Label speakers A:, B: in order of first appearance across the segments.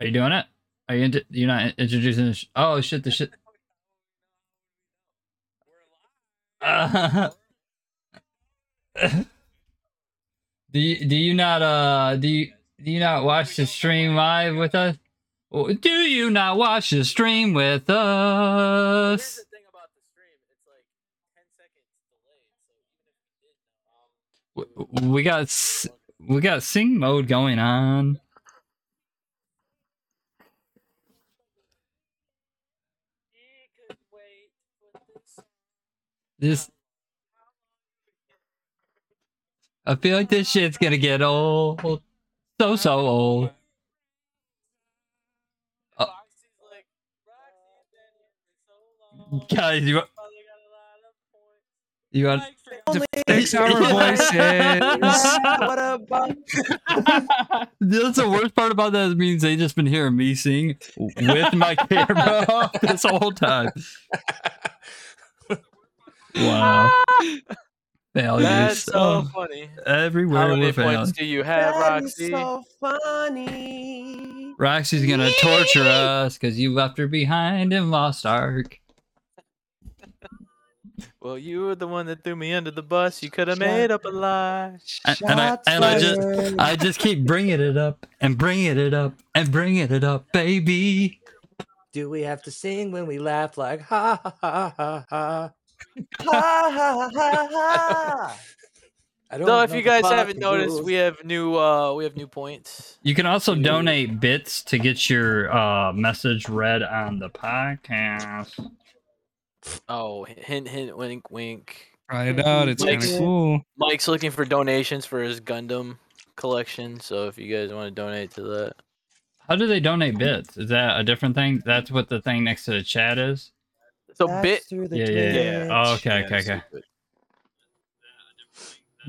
A: Are you doing it? Are you int- you're not introducing? The sh- oh shit! The shit. Uh, do you, do you not uh do you, do you not watch the stream live with us? Oh, Do you not watch the stream with
B: Here's
A: us?
B: the thing about the stream. It's like 10 seconds delayed. So even if you did, um,
A: W- We got s- we got sing mode going on.
B: he could wait for this.
A: This I feel like this shit's gonna get old, so so old. Uh,
B: Roxy's like, Roxy's been here for so long.
A: Guys, you wa-
B: Probably got a lot of points.
A: you want?
B: Like, for
C: Fix our voices.
D: what up, Bob?
A: That's the worst part about that means they just been hearing me sing with my camera off this whole time. Wow. Failures.
C: That's
A: Oh,
C: so funny.
A: everywhere
C: How many
A: we're
C: points
A: failing.
C: do you have,
D: That
C: Roxy?
D: is so funny.
A: Roxy's gonna torture us because you left her behind in Lost Ark.
C: Well, you were the one that threw me under the bus. You could have
D: Shut
C: made up a lie.
A: And, and I,
D: Shots
A: and I just
D: fired.
A: I just keep bringing it up and bringing it up and bringing it up, baby.
D: Do we have to sing when we laugh like ha ha ha ha ha ha ha ha ha? I don't
C: Though, if
D: know
C: you
D: the
C: guys
D: fucking
C: haven't noticed,
D: rules.
C: we have new uh we have new points.
A: You can also
C: Ooh.
A: donate bits to get your uh, message read on the podcast.
C: Oh, hint, hint, wink, wink.
E: Try it out. It's kind
C: Like-
E: of cool.
C: Mike's looking for donations for his Gundam collection. So if you guys want to donate to that,
A: How do they donate bits? Is that a different thing? That's what the thing next to the chat is.
C: so
D: That's
C: bit.
D: through the
A: Yeah, yeah,
C: yeah.
D: Twitch.
A: Oh, okay, okay, okay.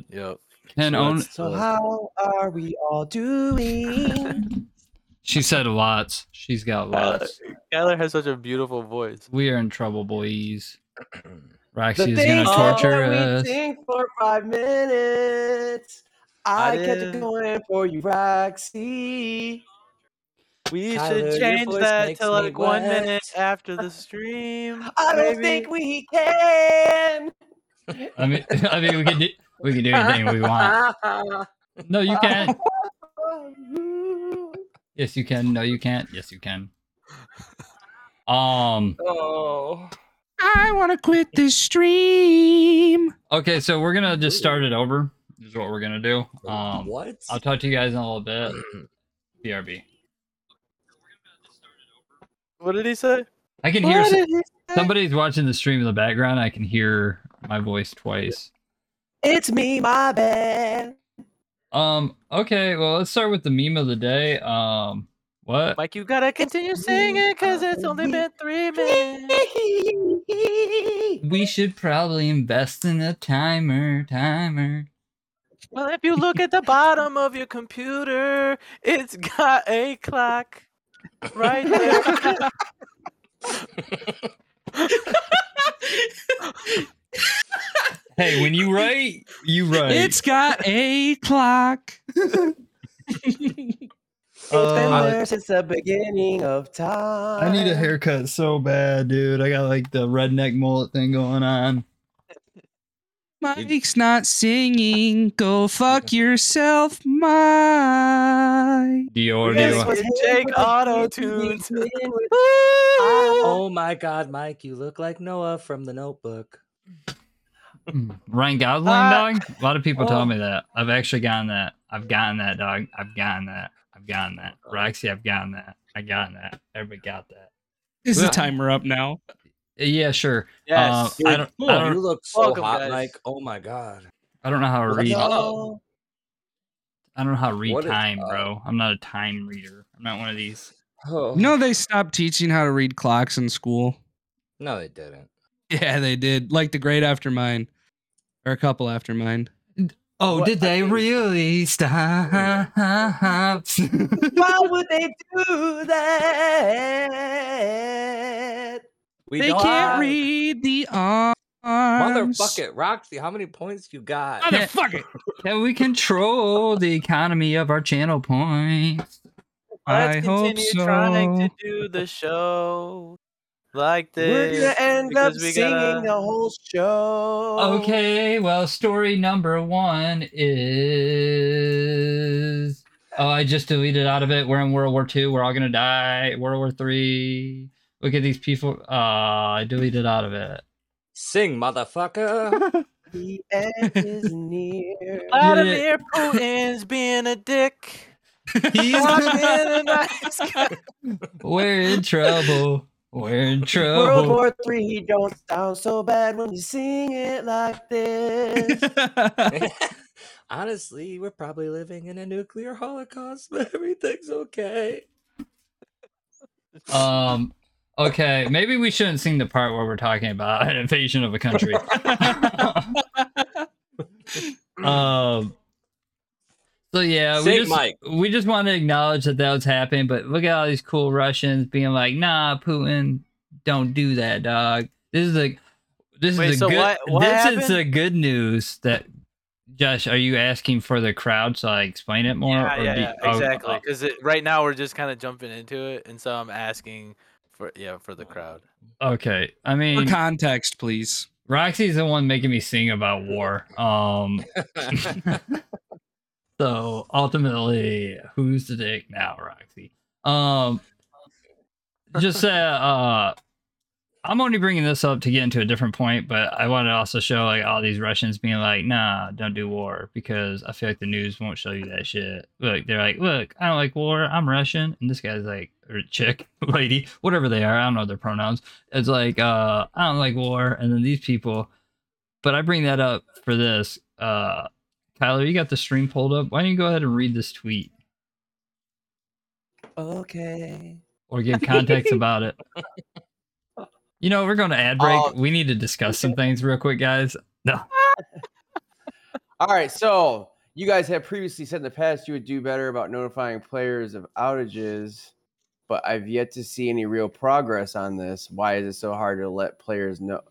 C: Yep.
A: Can
C: so
A: own.
C: that's,
D: So
C: uh,
D: how are we all doing?
A: She said lots. She's
D: Uh,
A: got lots.
C: Kyler has such a beautiful voice.
A: we are in trouble, boys.
D: the
A: Roxy's gonna
D: things
A: torture
D: that
A: us.
D: we think for five minutes. I,
C: I
D: kept it
C: did.
D: going for you, Roxy.
C: We
D: Kyler, your
C: should change
D: voice
C: that
D: makes
C: to
D: me
C: like one
D: wet.
C: minute after the stream.
D: I don't
C: maybe.
D: think we can.
A: I mean, I mean, we can do we can do anything we want. No, you can't. Yes, you can. No, you can't. Yes, you can. Um.
D: oh.
E: I want to quit this stream.
A: Okay, so we're gonna just start it over. Is what we're gonna do. Um.
D: what?
A: I'll talk to you guys in a little bit. BRB.
C: What did he say?
A: I can hear
C: What
A: some,
C: did he say?
A: somebody's watching the stream in the background. I can hear my voice twice.
D: It's me, my bad.
A: Um. Okay. Well, let's start with the meme of the day. Um. What?
C: Mike, you gotta continue singing because it's only been three minutes.
D: Wait,
A: We should probably invest in a timer. Timer.
C: Well, if you look at the bottom of your computer, it's got a clock right there.
A: Hey, when you write, you write.
E: It's got eight o'clock.
D: It's been
E: Uh,
D: there since the beginning of time.
A: Uh, I need a haircut so bad, dude. I got like the redneck mullet thing going on.
E: Mike's not singing. Go fuck yourself, Mike.
A: Do you
C: Yes,
A: already?
C: what- Jake auto-tunes.
D: oh my god, Mike, you look like Noah from the notebook.
A: Hmm. Ryan Gosling
C: Uh,
A: dog? A lot of people tell
C: oh.
A: me that. I've actually gotten that. I've gotten that dog. I've gotten that. I've gotten that. Roxy, I've gotten that. I gotten that. Everybody got that. Uh,
E: Is the
C: Well-
E: timer up now?
A: Yeah, sure.
C: Yes.
A: Uh, I don't. I
D: Oh, you
A: don't.
D: look so
C: Welcome,
D: hot,
C: guys.
D: Mike. Oh my god.
A: I don't know how to read.
D: Yo.
A: I don't know how to read
D: What is
A: time,
D: up?
A: bro. I'm not a time reader. I'm not one of these.
D: Oh.
E: You know they stopped teaching how to read clocks in school.
D: no, it didn't.
E: Yeah, they did. Like the grade after mine, or a couple after mine.
A: Oh,
D: What-
A: did they really stop?
D: Why would they do that? We
E: They
D: don't
E: can't
D: have-
E: read the arms.
D: Motherfucker, Roxy, how many points you got?
E: Motherfucker.
A: Can we control the economy of our channel points?
E: I
C: Let's
E: hope
C: continue trying
E: so.
C: to do the show like
F: We're
C: this.
F: gonna end up
C: because we
F: singing
C: gotta-
F: the whole
D: Oh.
F: show.
A: Okay, well, story number one is. Oh, I just deleted out of it. We're in World War II. We're all gonna die. World War Three. Look at these people. Ah, I deleted out of it.
F: Sing, motherfucker.
C: The end is near.
A: Yeah.
C: Vladimir Putin's being a dick.
E: He's
C: He's being a nice guy.
A: We're in trouble. We're in
D: Oh.
F: World
A: trouble.
F: War Three don't sound so bad when you sing it like this. Honestly, we're probably living in a nuclear holocaust, but everything's okay.
A: Um. Okay, maybe we shouldn't sing the part where we're talking about an invasion of a country. um. So yeah, we
F: Sing,
A: just
F: Mike.
A: we just want to acknowledge that that was happening, but look at all these cool Russians being like, "Nah, Putin, don't do that, dog." This is the this
C: Wait,
A: is the
C: so
A: good
C: what- what
A: this is
C: happened?
A: the good news that Josh, are you asking for the crowd so I explain it more?
C: Yeah,
A: or
C: yeah,
A: do-
C: yeah,
A: oh,
C: exactly.
A: oh,
C: Because right now we're just kind of jumping into it, and so I'm asking for yeah for the crowd.
A: oh, okay, I
E: For
A: mean,
E: context, please.
A: Roxy's the one making me sing about war. Um, so ultimately, who's the dick now, Roxy? Um, just uh, uh, I'm only bringing this up to get into a different point, but I want to also show like all these Russians being like, "Nah, don't do war," because I feel like the news won't show you that shit. Look, they're like, "Look, I don't like war. I'm Russian," and this guy's like, or chick, lady, whatever they are. I don't know their pronouns. It's like, uh, I don't like war, and then these people. But I bring that up for this. Uh, Kyler, you got the stream pulled up. Why don't you go ahead and read this tweet
F: Okay.
A: or give context about it? You know, we're going to ad break.
F: Oh.
D: Um,
A: we need to discuss some things real quick, guys.
D: All right, so you guys have previously said in the past you would do better about notifying players of outages, but I've yet to see any real progress on this. Why is it so hard to let players know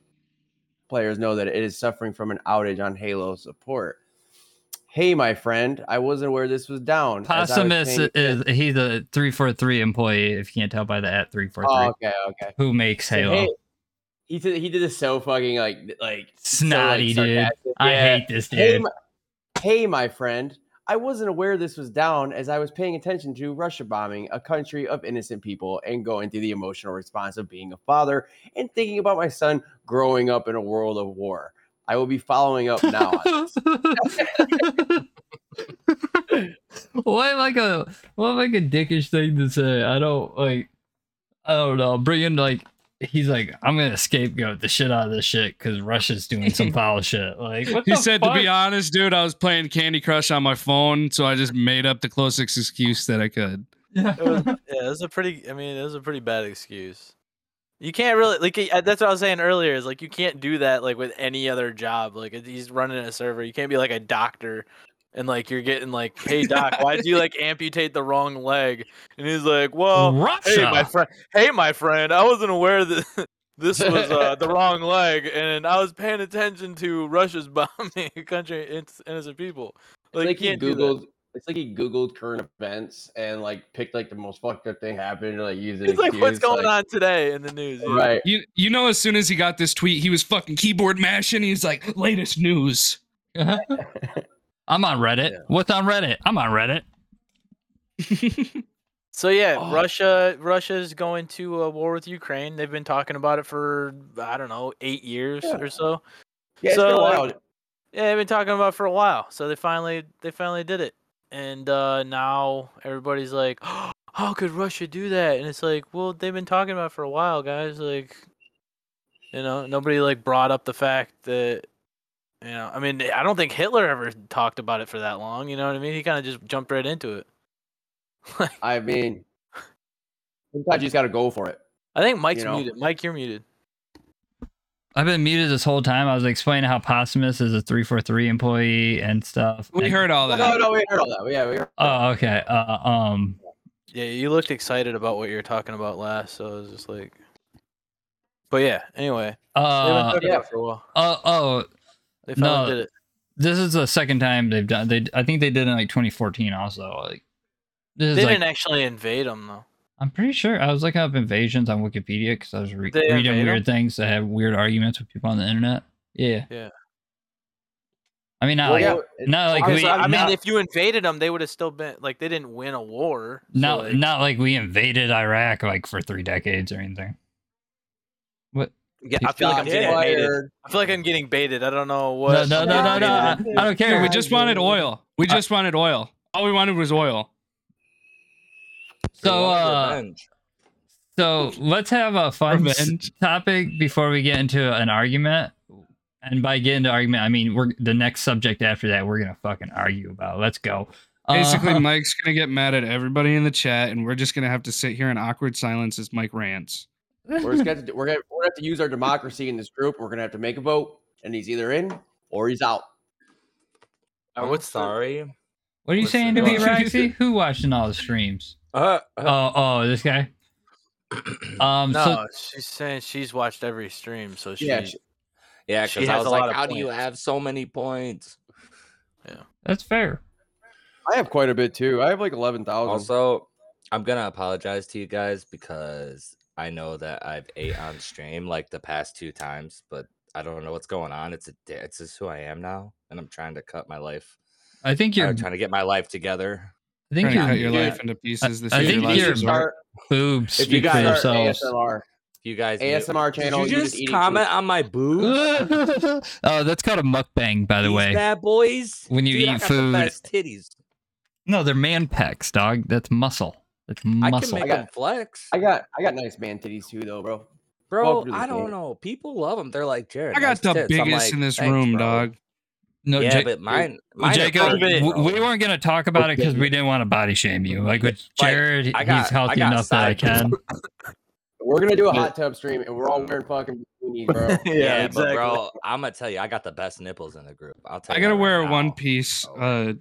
D: players know that it is suffering from an outage on Halo support? Hey, my friend, I wasn't aware this was down. as I was
A: Possumus
D: paying-
A: is he's a three four three employee. If you can't tell by the at three four
D: Oh,
A: three,
D: okay, okay.
A: who makes
D: So,
A: Halo?
D: hey, he did. He did this so fucking like like so, like,
A: Snotty dude.
D: sarcastic.
A: I
D: Yeah.
A: hate this dude.
D: Hey my, hey, my friend. I wasn't aware this was down as I was paying attention to Russia bombing a country of innocent people and going through the emotional response of being a father and thinking about my son growing up in a world of war. I will be following up now. on this.
A: what like a what like a dickish thing to say? I don't like. I don't know. Bringing like he's like I'm gonna scapegoat the shit out of this shit because Russia's doing some foul shit. Like what
E: He
A: the
E: said,
A: fuck?
E: to be honest, dude, I was playing Candy Crush on my phone, so I just made up the closest excuse that I could.
A: Yeah.
C: It was, yeah, it was a pretty. I mean, it was a pretty bad excuse. You can't really like. uh, That's what I was saying earlier. Is like you can't do that like with any other job. Like if he's running a server. You can't be like a doctor, and like you're getting like, hey doc, why would you like amputate the wrong leg? And he's like, well, hey
A: Russia.
C: my friend, hey my friend, I wasn't aware that. This was uh, the wrong leg, and I was paying attention to Russia's bombing a country of innoc- innocent people.
D: It's like,
C: Like, you
D: he
C: can't do that.
D: googled. It's like he googled current events and like picked like the most fucked up thing happened. Or, like using
C: It's like what's going on today in the news. yeah.
D: Right.
E: You you know, as soon as he got this tweet, he was fucking keyboard mashing. He's like, latest news.
A: I'm on Reddit. What's on Reddit? I'm on Reddit.
C: So yeah,
D: Oh.
C: Russia Russia's going to a war with Ukraine. They've been talking about it for I don't know eight years
D: Yeah.
C: or so.
D: Yeah, it's
C: So,
D: been a
C: like,
D: while.
C: Yeah, they've been talking about it for a while. So they finally they finally did it, and uh, now everybody's like, "How could Russia do that?" And it's like, well, they've been talking about it for a while, guys. Like, you know, nobody like brought up the fact that. You know, I mean, I don't think Hitler ever talked about it for that long. You know what I mean? He kind of just jumped right into it.
D: I mean, sometimes you just got to go for it.
C: I think Mike's
D: know.
C: muted. Mike, you're muted.
A: I've been muted this whole time. I was explaining how Possumus is a three four three employee and stuff.
E: We
A: And-
E: heard all
D: No, no,
E: that.
D: no, we heard all that. Yeah, we heard.
A: Oh, okay. Uh, um,
C: Yeah, you looked excited about what you were talking about last, so I was just like, but yeah. Anyway, they've been
A: uh,
C: talking
D: yeah.
C: about it for a while.
A: oh, oh,
C: They finally
A: no.
C: did it.
A: this is the second time they've done. They I think they did it in like 2014 also. Like, This
C: They
A: is like,
C: didn't actually invade them though.
A: I'm pretty sure I was looking up invasions on Wikipedia because I was re-
C: They
A: reading
C: invade
A: weird things that have weird arguments with people on the internet. Yeah.
C: Yeah.
A: I mean, not
D: Well,
A: like
D: yeah, it-
A: not like
C: Okay,
A: we
C: so, I mean,
A: not,
C: if you invaded them, they would have still been like they didn't win a war. so,
A: not,
C: like,
A: not like we invaded Iraq like for three decades or anything. What?
C: yeah, I feel like I'm
D: got
C: getting baited.
D: fired.
C: I feel like I'm getting baited. I don't know what.
A: No, no, no, no, no. I, I don't care. We
E: We just wanted oil. We just wanted oil. All we wanted was oil.
A: so uh,
F: Revenge.
A: so let's have a fun s-
E: Revenge.
A: topic before we get into an argument. And by get into argument, I mean we're the next subject after that. We're gonna fucking argue about. Let's go.
E: Basically,
A: Uh,
E: Mike's gonna get mad at everybody in the chat, and we're just gonna have to sit here in awkward silence as Mike rants.
D: We're just gonna have to, we're gonna, we're gonna have to use our democracy in this group. We're gonna have to make a vote, and he's either in or he's out.
C: Uh,
F: I'm
C: what's the-
F: sorry?
A: What are you
F: Listen
A: saying to me,
E: up.
A: Roxy? Who watching all the streams?
F: Uh, uh,
A: Oh, oh, this guy. Um,
C: No,
A: so
C: she's saying she's watched every stream, so she.
D: Yeah, she-
F: yeah,
C: She
F: because I
C: has
F: was
C: a lot
F: like,
C: of
F: how do you
C: points.
F: have so many points?
A: that's fair.
D: I have quite a bit too. I have like eleven thousand.
F: Also, I'm gonna apologize to you guys because I know that I've ate on stream like the past two times, but I don't know what's going on. It's a di- it's just who I am now, and I'm trying to cut my life.
A: I think you're.
F: I'm trying to get my life together.
A: I think
E: Trying to cut
A: your
E: your
D: dude.
E: life into pieces. This
A: I
E: is
A: think
E: your last
A: you're-
E: resort.
A: boobs
D: If you
A: speak for
D: guys are
A: themselves.
D: ASMR,
F: If you guys knew-
D: ASMR channel,
F: Did
D: you
F: you
D: just
F: just
D: eating
F: comment on my boobs?
A: oh, that's called a mukbang, by the
F: These
A: way.
F: bad boys.
A: When you
F: Dude, I
A: eat
F: got
A: food-
F: the best titties.
A: No, they're man pecs, dog. That's muscle. That's
F: I
A: muscle.
F: can make
D: I got-
F: them flex,
D: I got I got nice man titties too though, bro.
F: bro.
D: through the
F: I don't
D: game.
F: know. People love them. They're like Jared.
E: I got
F: nice
E: the
F: tits." I'm
E: biggest
F: like,
E: in this
F: "Thanks,
E: room,
F: bro."
E: dog.
A: no,
F: yeah,
A: Jake-
F: but mine, mine are
A: Jacob,
F: pretty,
A: w-
F: bro.
A: we weren't gonna talk about it because we didn't want to body shame you. Like with
F: Like,
A: Jared,
F: I got-
A: he's
F: I
A: healthy
F: got
A: enough that I
F: side-
A: can.
D: We're gonna do a hot tub stream, and we're all wearing fucking bikinis, bro.
C: yeah,
F: Yeah,
C: exactly.
F: but bro, I'm gonna tell you, I got the best nipples in the group. I'll tell
E: I
F: you.
E: gotta
F: that right
E: wear a
F: now.
E: one piece uh,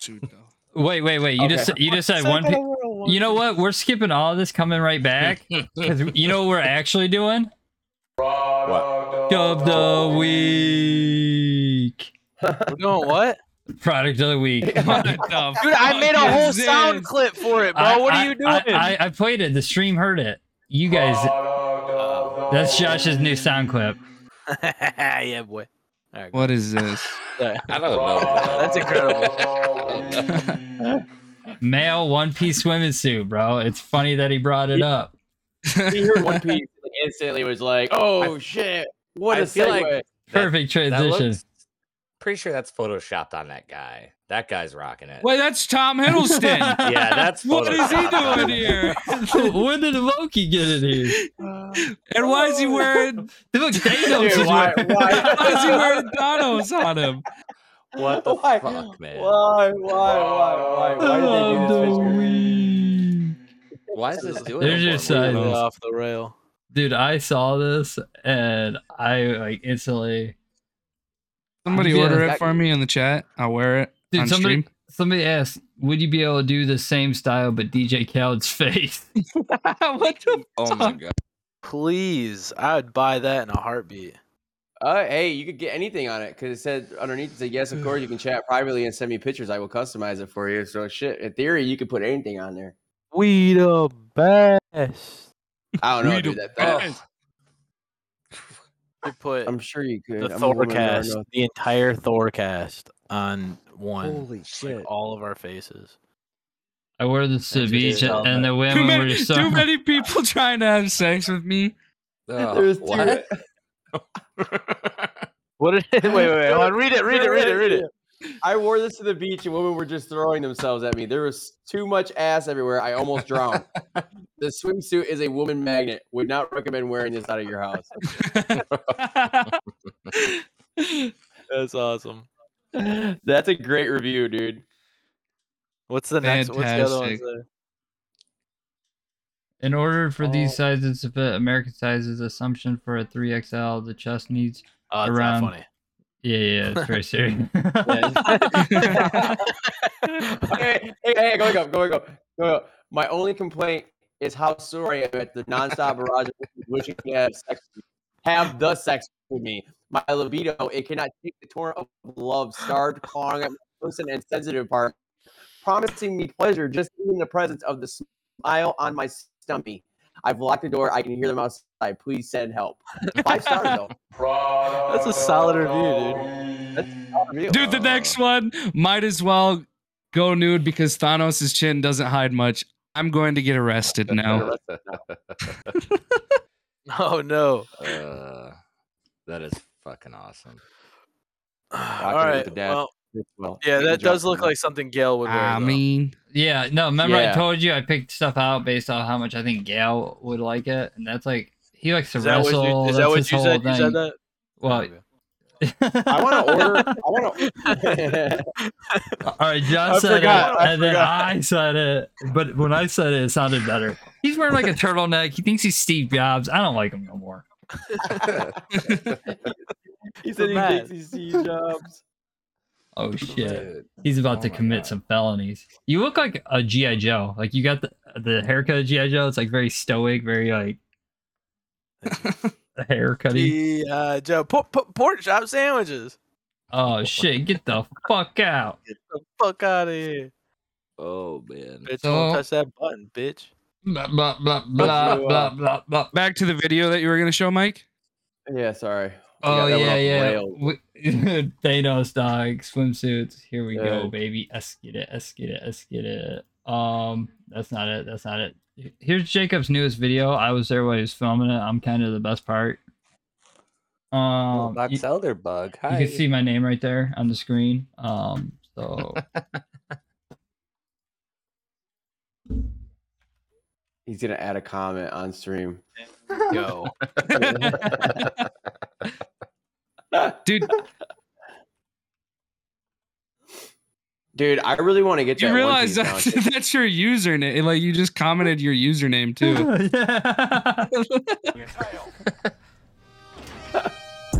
E: suit though.
A: Wait, wait, wait. You
D: Okay.
A: just you just said one. Pe- you know what? We're skipping all this, coming right back. Because you know what we're actually doing? Product of the week.
C: We're doing what?
A: Product of the week.
E: What the
C: Dude, I
E: fuck
C: made a whole
E: is
C: sound
E: this?
C: clip for it, bro.
A: I-
C: what
A: I-
C: are you doing?
A: I, I, I played it. The stream heard it. You guys, that's Josh's new sound clip.
C: yeah, boy.
E: What is this?
F: I don't know.
C: That's incredible.
A: Male one piece swimming suit, bro. It's funny that he brought it up.
D: He heard one piece and instantly was like, "Oh shit, what
F: I
D: a
F: feel
D: segue!"
F: like
A: Perfect
F: That
A: transition.
F: looks, pretty sure that's photoshopped on that guy. That guy's rocking it.
E: Wait, that's Tom Hiddleston.
F: Yeah, that's
E: what is he
F: photoshopped on
E: doing
F: it.
E: here?
A: when did Loki get in here?
E: And why is he wearing?
A: Look, Thanos
D: Dude,
A: is
D: why,
A: wearing-
E: Why is he
D: why,
E: wearing Thanos on him?
F: What the
D: Why?
F: fuck, man?
D: why, why, why, why, why
A: Oh,
D: did they do this?
F: Why is this doing?
A: There's
F: it
A: your
F: for me?
A: side.
E: Those-
C: off the rail.
A: Dude, I saw this and I like instantly.
E: Somebody
A: Yeah,
E: order it
D: that-
E: for me in the chat. I'll wear it
A: Dude,
E: on
A: somebody
E: stream.
A: somebody asked, would you be able to do the same style but DJ Khaled's face?
E: what the?
F: Oh my god.
C: Please, I would buy that in a heartbeat.
D: Uh, hey, you could get anything on it because it said underneath it said, "Yes, of course, you can chat privately and send me pictures. I will customize it for you." So shit, in theory, you could put anything on there.
C: We the best.
D: I don't know,
E: We
D: dude.
E: the
D: That,
E: best.
D: that-
C: You put
D: I'm sure you could.
C: the
D: I'm a woman, I don't
C: Thorcast,
D: know.
C: the entire Thorcast on one.
F: Holy
C: like
F: shit.
C: all of our faces.
A: I wore the ceviche
F: did.
A: and the
E: Too
A: women were
E: many,
A: so
E: too many people trying to have sex with me.
F: Ugh,
D: There's two-
F: Oh, what?
C: What? Did, wait, wait, wait. Hold on, read it, read it, read it, read it.
D: I wore this to the beach, and women were just throwing themselves at me. There was too much ass everywhere. I almost drowned. the swimsuit is a woman magnet. Would not recommend wearing this out of your house.
C: That's awesome.
D: That's a great review, dude.
C: What's the next? What's the other ones?
E: Fantastic.
C: there?
A: In order for these
C: Oh.
A: sizes to fit American sizes, assumption for a 3XL, the chest needs.
C: Oh, it's
A: Around-
C: not funny.
A: Yeah, yeah, it's very serious.
D: hey, hey, hey, go, go, go, go, go. My only complaint is how sore I am at the nonstop barrage of wishing to have sex. with me. Have the sex with me. My libido, it cannot take the torrent of love, starved, clawing at my person and sensitive part. promising me pleasure just in the presence of the smile on my stummy. I've locked the door. I can hear them outside. Please send help. Five stars though.
C: That's a solid review,
D: Real.
E: Dude, the next one might as well go nude because Thanos' chin doesn't hide much. I'm going to get arrested now.
C: dude. Oh no.
F: uh, that is fucking awesome.
C: All
D: it with
C: right.
D: the dad.
C: Well,
D: Well,
C: yeah,
D: you can
C: that does
D: jump
C: look
D: on
C: like something Gail
A: Ah,
C: would wear.
E: I
C: though.
E: mean,
A: Yeah, no, remember
D: Yeah.
A: I told you I picked stuff out based on how much I think Gail would like it, and that's like he likes to
C: is that what
A: wrestle.
C: you, is that
A: that's
C: what
A: his
C: you
A: whole
C: said?
A: Thing.
C: You said that?
A: Well,
D: that. I want to order. I want to.
A: all right, John
C: I
A: said
C: forgot,
A: it,
C: I
A: and then
C: forgot.
A: I said it. But when I said it, it sounded better. He's wearing like a turtleneck. He thinks he's Steve Jobs. I don't like him no more.
D: he said he
C: Matt.
D: thinks he's Steve Jobs.
A: Oh shit,
F: Dude,
A: he's about
F: Oh
A: to
F: my
A: commit
F: God.
A: some felonies. You look like a GI Joe. Like you got the the haircut of GI Joe. It's like very stoic, very like haircutty.
C: Gee, uh, Joe, pork, pork, pork chop sandwiches.
A: Oh shit, get the fuck out.
C: Get the fuck out of here,
F: Oh man.
C: bitch!
E: So-
C: Don't touch that button, bitch.
E: blah, blah, blah, blah, blah, blah, blah. Back to the video that you were going to show, Mike.
D: Yeah, sorry. We got
A: Oh
D: that one
A: yeah,
D: off
A: yeah.
D: rails.
A: We- Thanos dog swimsuits. Here we
D: Yeah.
A: go, baby. Let's get it. Let's get it. Let's get it. Um, that's not it. That's not it. Here's Jacob's newest video. I was there while he was filming it. I'm kind of the best part. Um,
F: Box
A: you,
F: Elder Bug.
A: you
F: Hi.
A: can see my name right there on the screen. Um, so
D: He's gonna add a comment on stream.
C: Yo,
E: Dude,
D: Dude, I really want to get
E: you
D: that
E: realize
D: one piece
E: that's,
D: now.
E: that's your username. Like, you just commented your username, too.
A: yeah.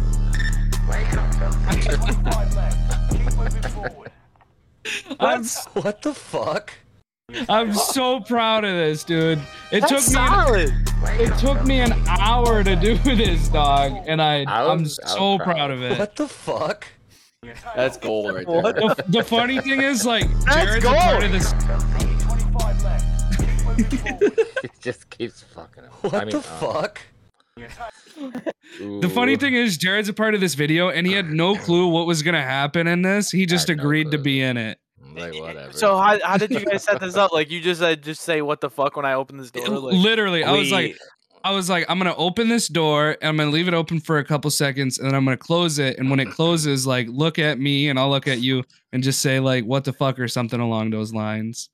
E: I'm,
F: what the fuck?
E: I'm so proud of this, dude. It took me an
C: solid.
E: It took me an hour to do this, dog, and I,
F: I
E: I'm
F: was- I was
E: so
F: proud.
E: proud of it.
F: What the fuck?
D: That's gold right there.
C: What
E: The, the funny thing is, like, Jared's a
C: gold.
E: part of this.
F: It just keeps fucking up. What
D: uh,
F: the fuck?
E: The funny thing is, Jared's a part of this video, and he had no clue what was gonna happen in this. He just
F: I had no
E: agreed to
F: clue.
E: be in it.
F: Like, whatever.
C: So how, how did you guys set this up? Like you just said, just say what the fuck when I open this door. Like,
E: Literally, I was like, I was like, I'm gonna open this door, and I'm gonna leave it open for a couple seconds, and then I'm gonna close it. And when it closes, like, look at me, and I'll look at you, and just say like, "What the fuck" or something along those lines.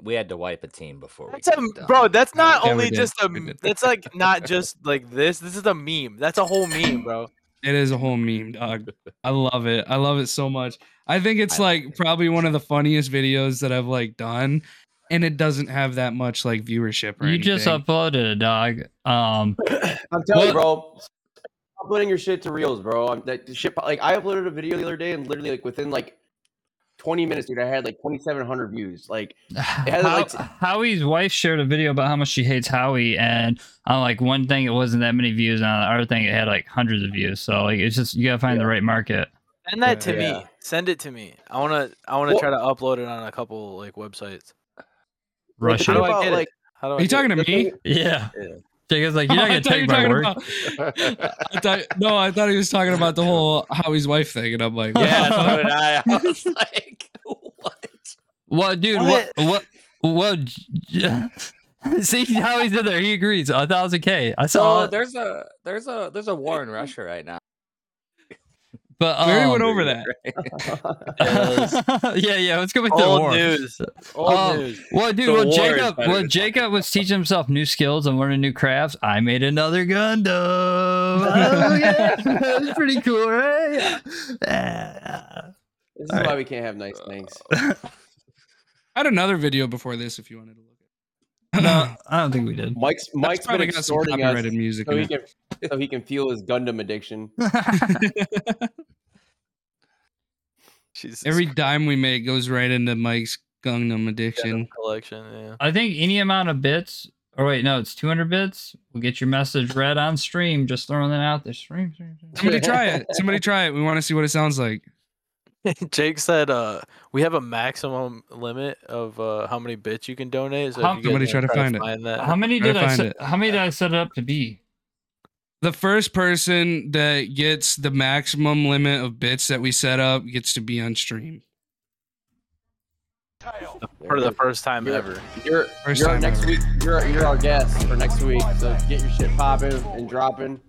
F: we had to wipe a team before.
C: that's
F: we
C: a
F: came down.
C: bro. That's not
E: Yeah, we
C: only
E: did.
C: just a.
E: We did.
C: That's like not just like this. This is a meme. That's a whole meme, bro.
E: It is a whole meme, dog. I love it. I love it so much. I think it's
F: I love
E: like
F: it.
E: probably one of the funniest videos that I've like done, and it doesn't have that much like viewership. Or
A: you just
E: anything.
A: uploaded a dog. Um,
D: I'm telling you, bro. Uploading your shit to reels, bro. I'm, that shit, like I uploaded a video the other day, and literally like within like 20 minutes, dude, I had like 2,700 views. Like
A: How,
D: like-
A: Howie's wife shared a video about how much she hates Howie, and on like one thing it wasn't that many views, and on the other thing it had like hundreds of views. So like it's just you gotta find the right market.
C: Send that to
D: Yeah.
C: me. Send it to me. I wanna. I wanna
D: Well-
C: try to upload it on a couple like websites.
D: well, the
A: Russia.
D: thing
C: How do I
D: about,
C: get it?
D: like,
C: How do I?
E: Are you
C: get
E: talking to
D: the
E: me?
D: thing-
A: Yeah.
F: Yeah.
A: Jacob's like, you're not gonna
E: I thought you
A: take
E: were
A: my
E: talking
A: work.
E: about- I thought, no, I thought he was talking about the whole Howie's wife thing, and I'm like,
F: Oh. yeah,
E: yeah,
F: so did I. I was like, what?
A: Well, dude, what, what, what? See, Howie's in there. He agrees. A thousand K. I saw
E: Oh,
F: So
A: it,
F: there's a there's a there's a war in Russia right now.
A: but um,
E: we already went over that.
A: yeah, yeah. Let's go back
C: it?
A: to the
C: Old
A: war.
C: news. Old
E: Oh,
A: Um,
C: news.
A: Well, dude,
F: The
A: well
F: war is
A: Jacob,
F: better
A: well
F: than
A: Jacob was teaching himself new skills and learning new crafts. I made another Gundam. Oh, yeah. That's pretty cool, right? Yeah.
D: this is
A: All right.
D: why we can't have nice things.
E: I had another video before this if you wanted to look. at it.
A: No, I don't think we did.
D: Mike's Mike's
E: Mike's
D: been
E: probably got some
D: extorting us
E: copyrighted music.
D: so
E: in
D: he
E: it.
D: can so he can feel his Gundam addiction.
C: Jesus
E: Every dime we make goes right into Mike's Gangnam addiction.
C: Gundam collection. Yeah.
A: I think any amount of bits, or wait, no, it's 200 bits. We'll get your message read on stream. Just throwing that out there. Stream, stream, stream.
E: Somebody try it. Somebody try it. We want to see what it sounds like.
C: Jake said, "Uh, we have a maximum limit of uh how many bits you can donate. So if
A: How-
C: you guys
E: Somebody
C: wanna
E: try to find it.
C: that.
A: How many
E: Gotta
A: did I
E: find
A: set,
E: it.
A: how many did I set it up to be?
E: The first person that gets the maximum limit of bits that we set up gets to be on stream.
C: for the first time
D: Yeah.
C: ever.
D: You're,
E: First
D: you're our
E: time
D: next
E: ever.
D: week. You're you're our guest for next week. So get your shit popping and dropping.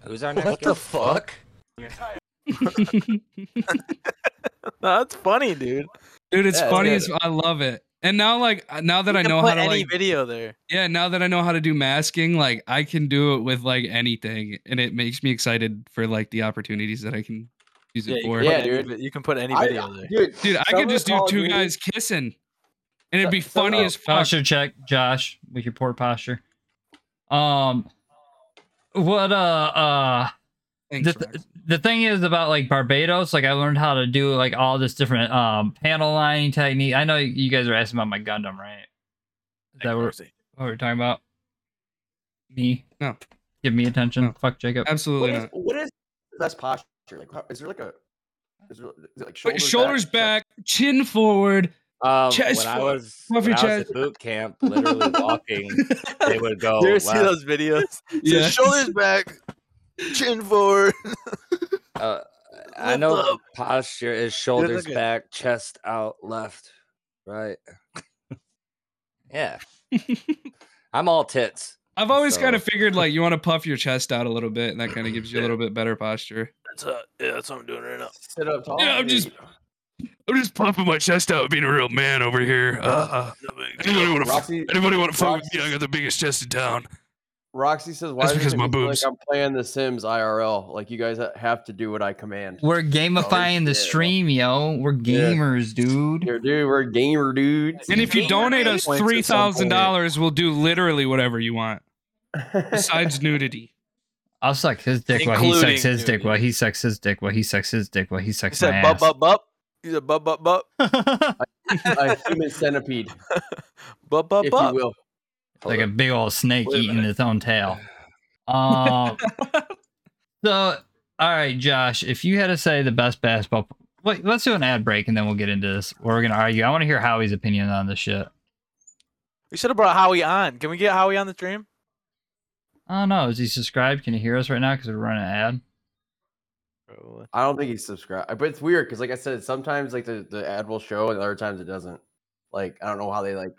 F: Who's our next? What the fuck?
C: That's funny, dude.
E: Dude, it's
D: Yeah, it's
E: funny
D: good.
E: as I love it. And now like now that
C: You
E: I
C: can
E: know
C: put
E: how to
C: any
E: like
C: video there.
E: yeah, now that I know how to do masking, like I can do it with like anything and it makes me excited for like the opportenities that I can use it
C: Yeah, you
E: for.
C: can,
D: Yeah,
C: put any
D: dude.
C: vi- you can put any
D: I-
C: video there.
D: Dude,
E: Dude, I
D: someone
E: could just do
D: called
E: two
D: me-
E: guys kissing. And it'd be
D: So-
E: funny
D: so-
E: as fuck.
A: Posture check, Josh, with your poor posture. Um what uh uh
E: Thanks,
A: the, th- the thing is about like Barbados, like I learned how to do like all this different um panel lining technique. I know you guys are asking about my Gundam, right? Is that what,
C: Accuracy.
A: what we're talking about? Me?
E: No.
A: Give me attention.
E: No.
A: Fuck Jacob.
E: Absolutely
D: What is,
E: not.
D: what is the best posture? Like, how- is there like a is there, is it like
E: But
D: shoulders,
E: shoulders back, chin forward.
F: Um,
E: Chest
F: when I
E: fuck.
F: was,
E: Fluffy
F: when I was
E: chest.
F: at boot camp, literally walking, they would go.
C: you ever see
F: left,
C: those videos?
E: Yeah.
C: Shoulders back, chin forward.
F: uh, I
C: Lift
F: know
C: up.
F: posture is shoulders
C: good.
F: back, chest out, left, right. yeah, I'm all tits.
E: I've always
F: So-
E: kind of figured like you want to puff your chest out a little bit, and that kind of gives you a little bit better posture.
C: That's uh, yeah, that's what I'm doing right now.
D: Sit up tall.
E: Yeah, I'm
D: Oh, dude.
E: just- I'm just pumping my chest out, being a real man over here. Uh,
C: No big deal.
E: anybody want
D: Roxy.
E: Anybody want to
D: fuck with me? I
E: got the biggest chest in town.
D: Roxy says, "Why
E: That's
D: does
E: because
D: it
E: my
D: make me feel
E: boobs.
D: Like I'm playing The Sims IRL. Like you guys ha- have to do what I command.
A: We're gamifying
D: yeah.
A: the stream, yo. We're gamers, dude.
D: Here, dude, we're a gamer, dude.
E: And if you donate us
C: Points at some
E: three thousand dollars, we'll do literally whatever you want, besides nudity.
A: I'll suck his dick while he
C: Including
A: sucks his dick
C: nudity.
A: while he sucks his dick while he sucks his dick while he
C: He
A: sucks my
C: said, "Bup
A: ass.
C: bup bup." He said, "Bup bup bup."
D: a human centipede,
C: Bup bup
D: if you
C: bup.
D: will.
A: like a
F: Hold
A: big old snake
C: Wait a
A: eating
C: minute.
A: its own tail. Um, so, all right, Josh, if you had to say the best basketball, wait, let's do an ad break and then we'll get into this. We're gonna argue. I want to hear Howie's opinion on this shit.
C: We should have brought Howie on. Can we get Howie on the stream?
A: I don't know. Is he subscribed? Can he hear us right now? Because we're running an ad.
C: Probably.
D: I don't think he's subscribed, but it's weird because, like I said, sometimes like the, the ad will show, and other times it doesn't. Like I don't know how they like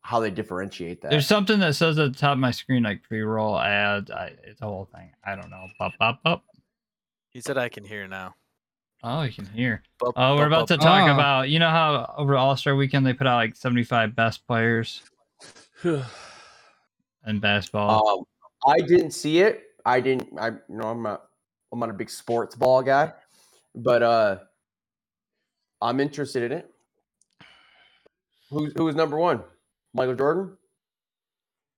D: how they differentiate that.
A: There's something that says at the top of my screen like pre-roll ad. I, it's a whole thing. I don't know. Bop bop bop.
C: He said, "I can hear now."
A: Oh, you can hear.
C: Bup,
A: Oh, we're
C: bup,
A: about
C: bup,
A: to talk
E: Ah.
A: about. You know how over All Star Weekend they put out like 75 best players
F: on.
A: in basketball.
C: Oh.
D: Um, I didn't see it. I didn't. I no. I'm not. I'm not a big sports ball guy, but uh, I'm interested in it. Who's who was number one? Michael Jordan.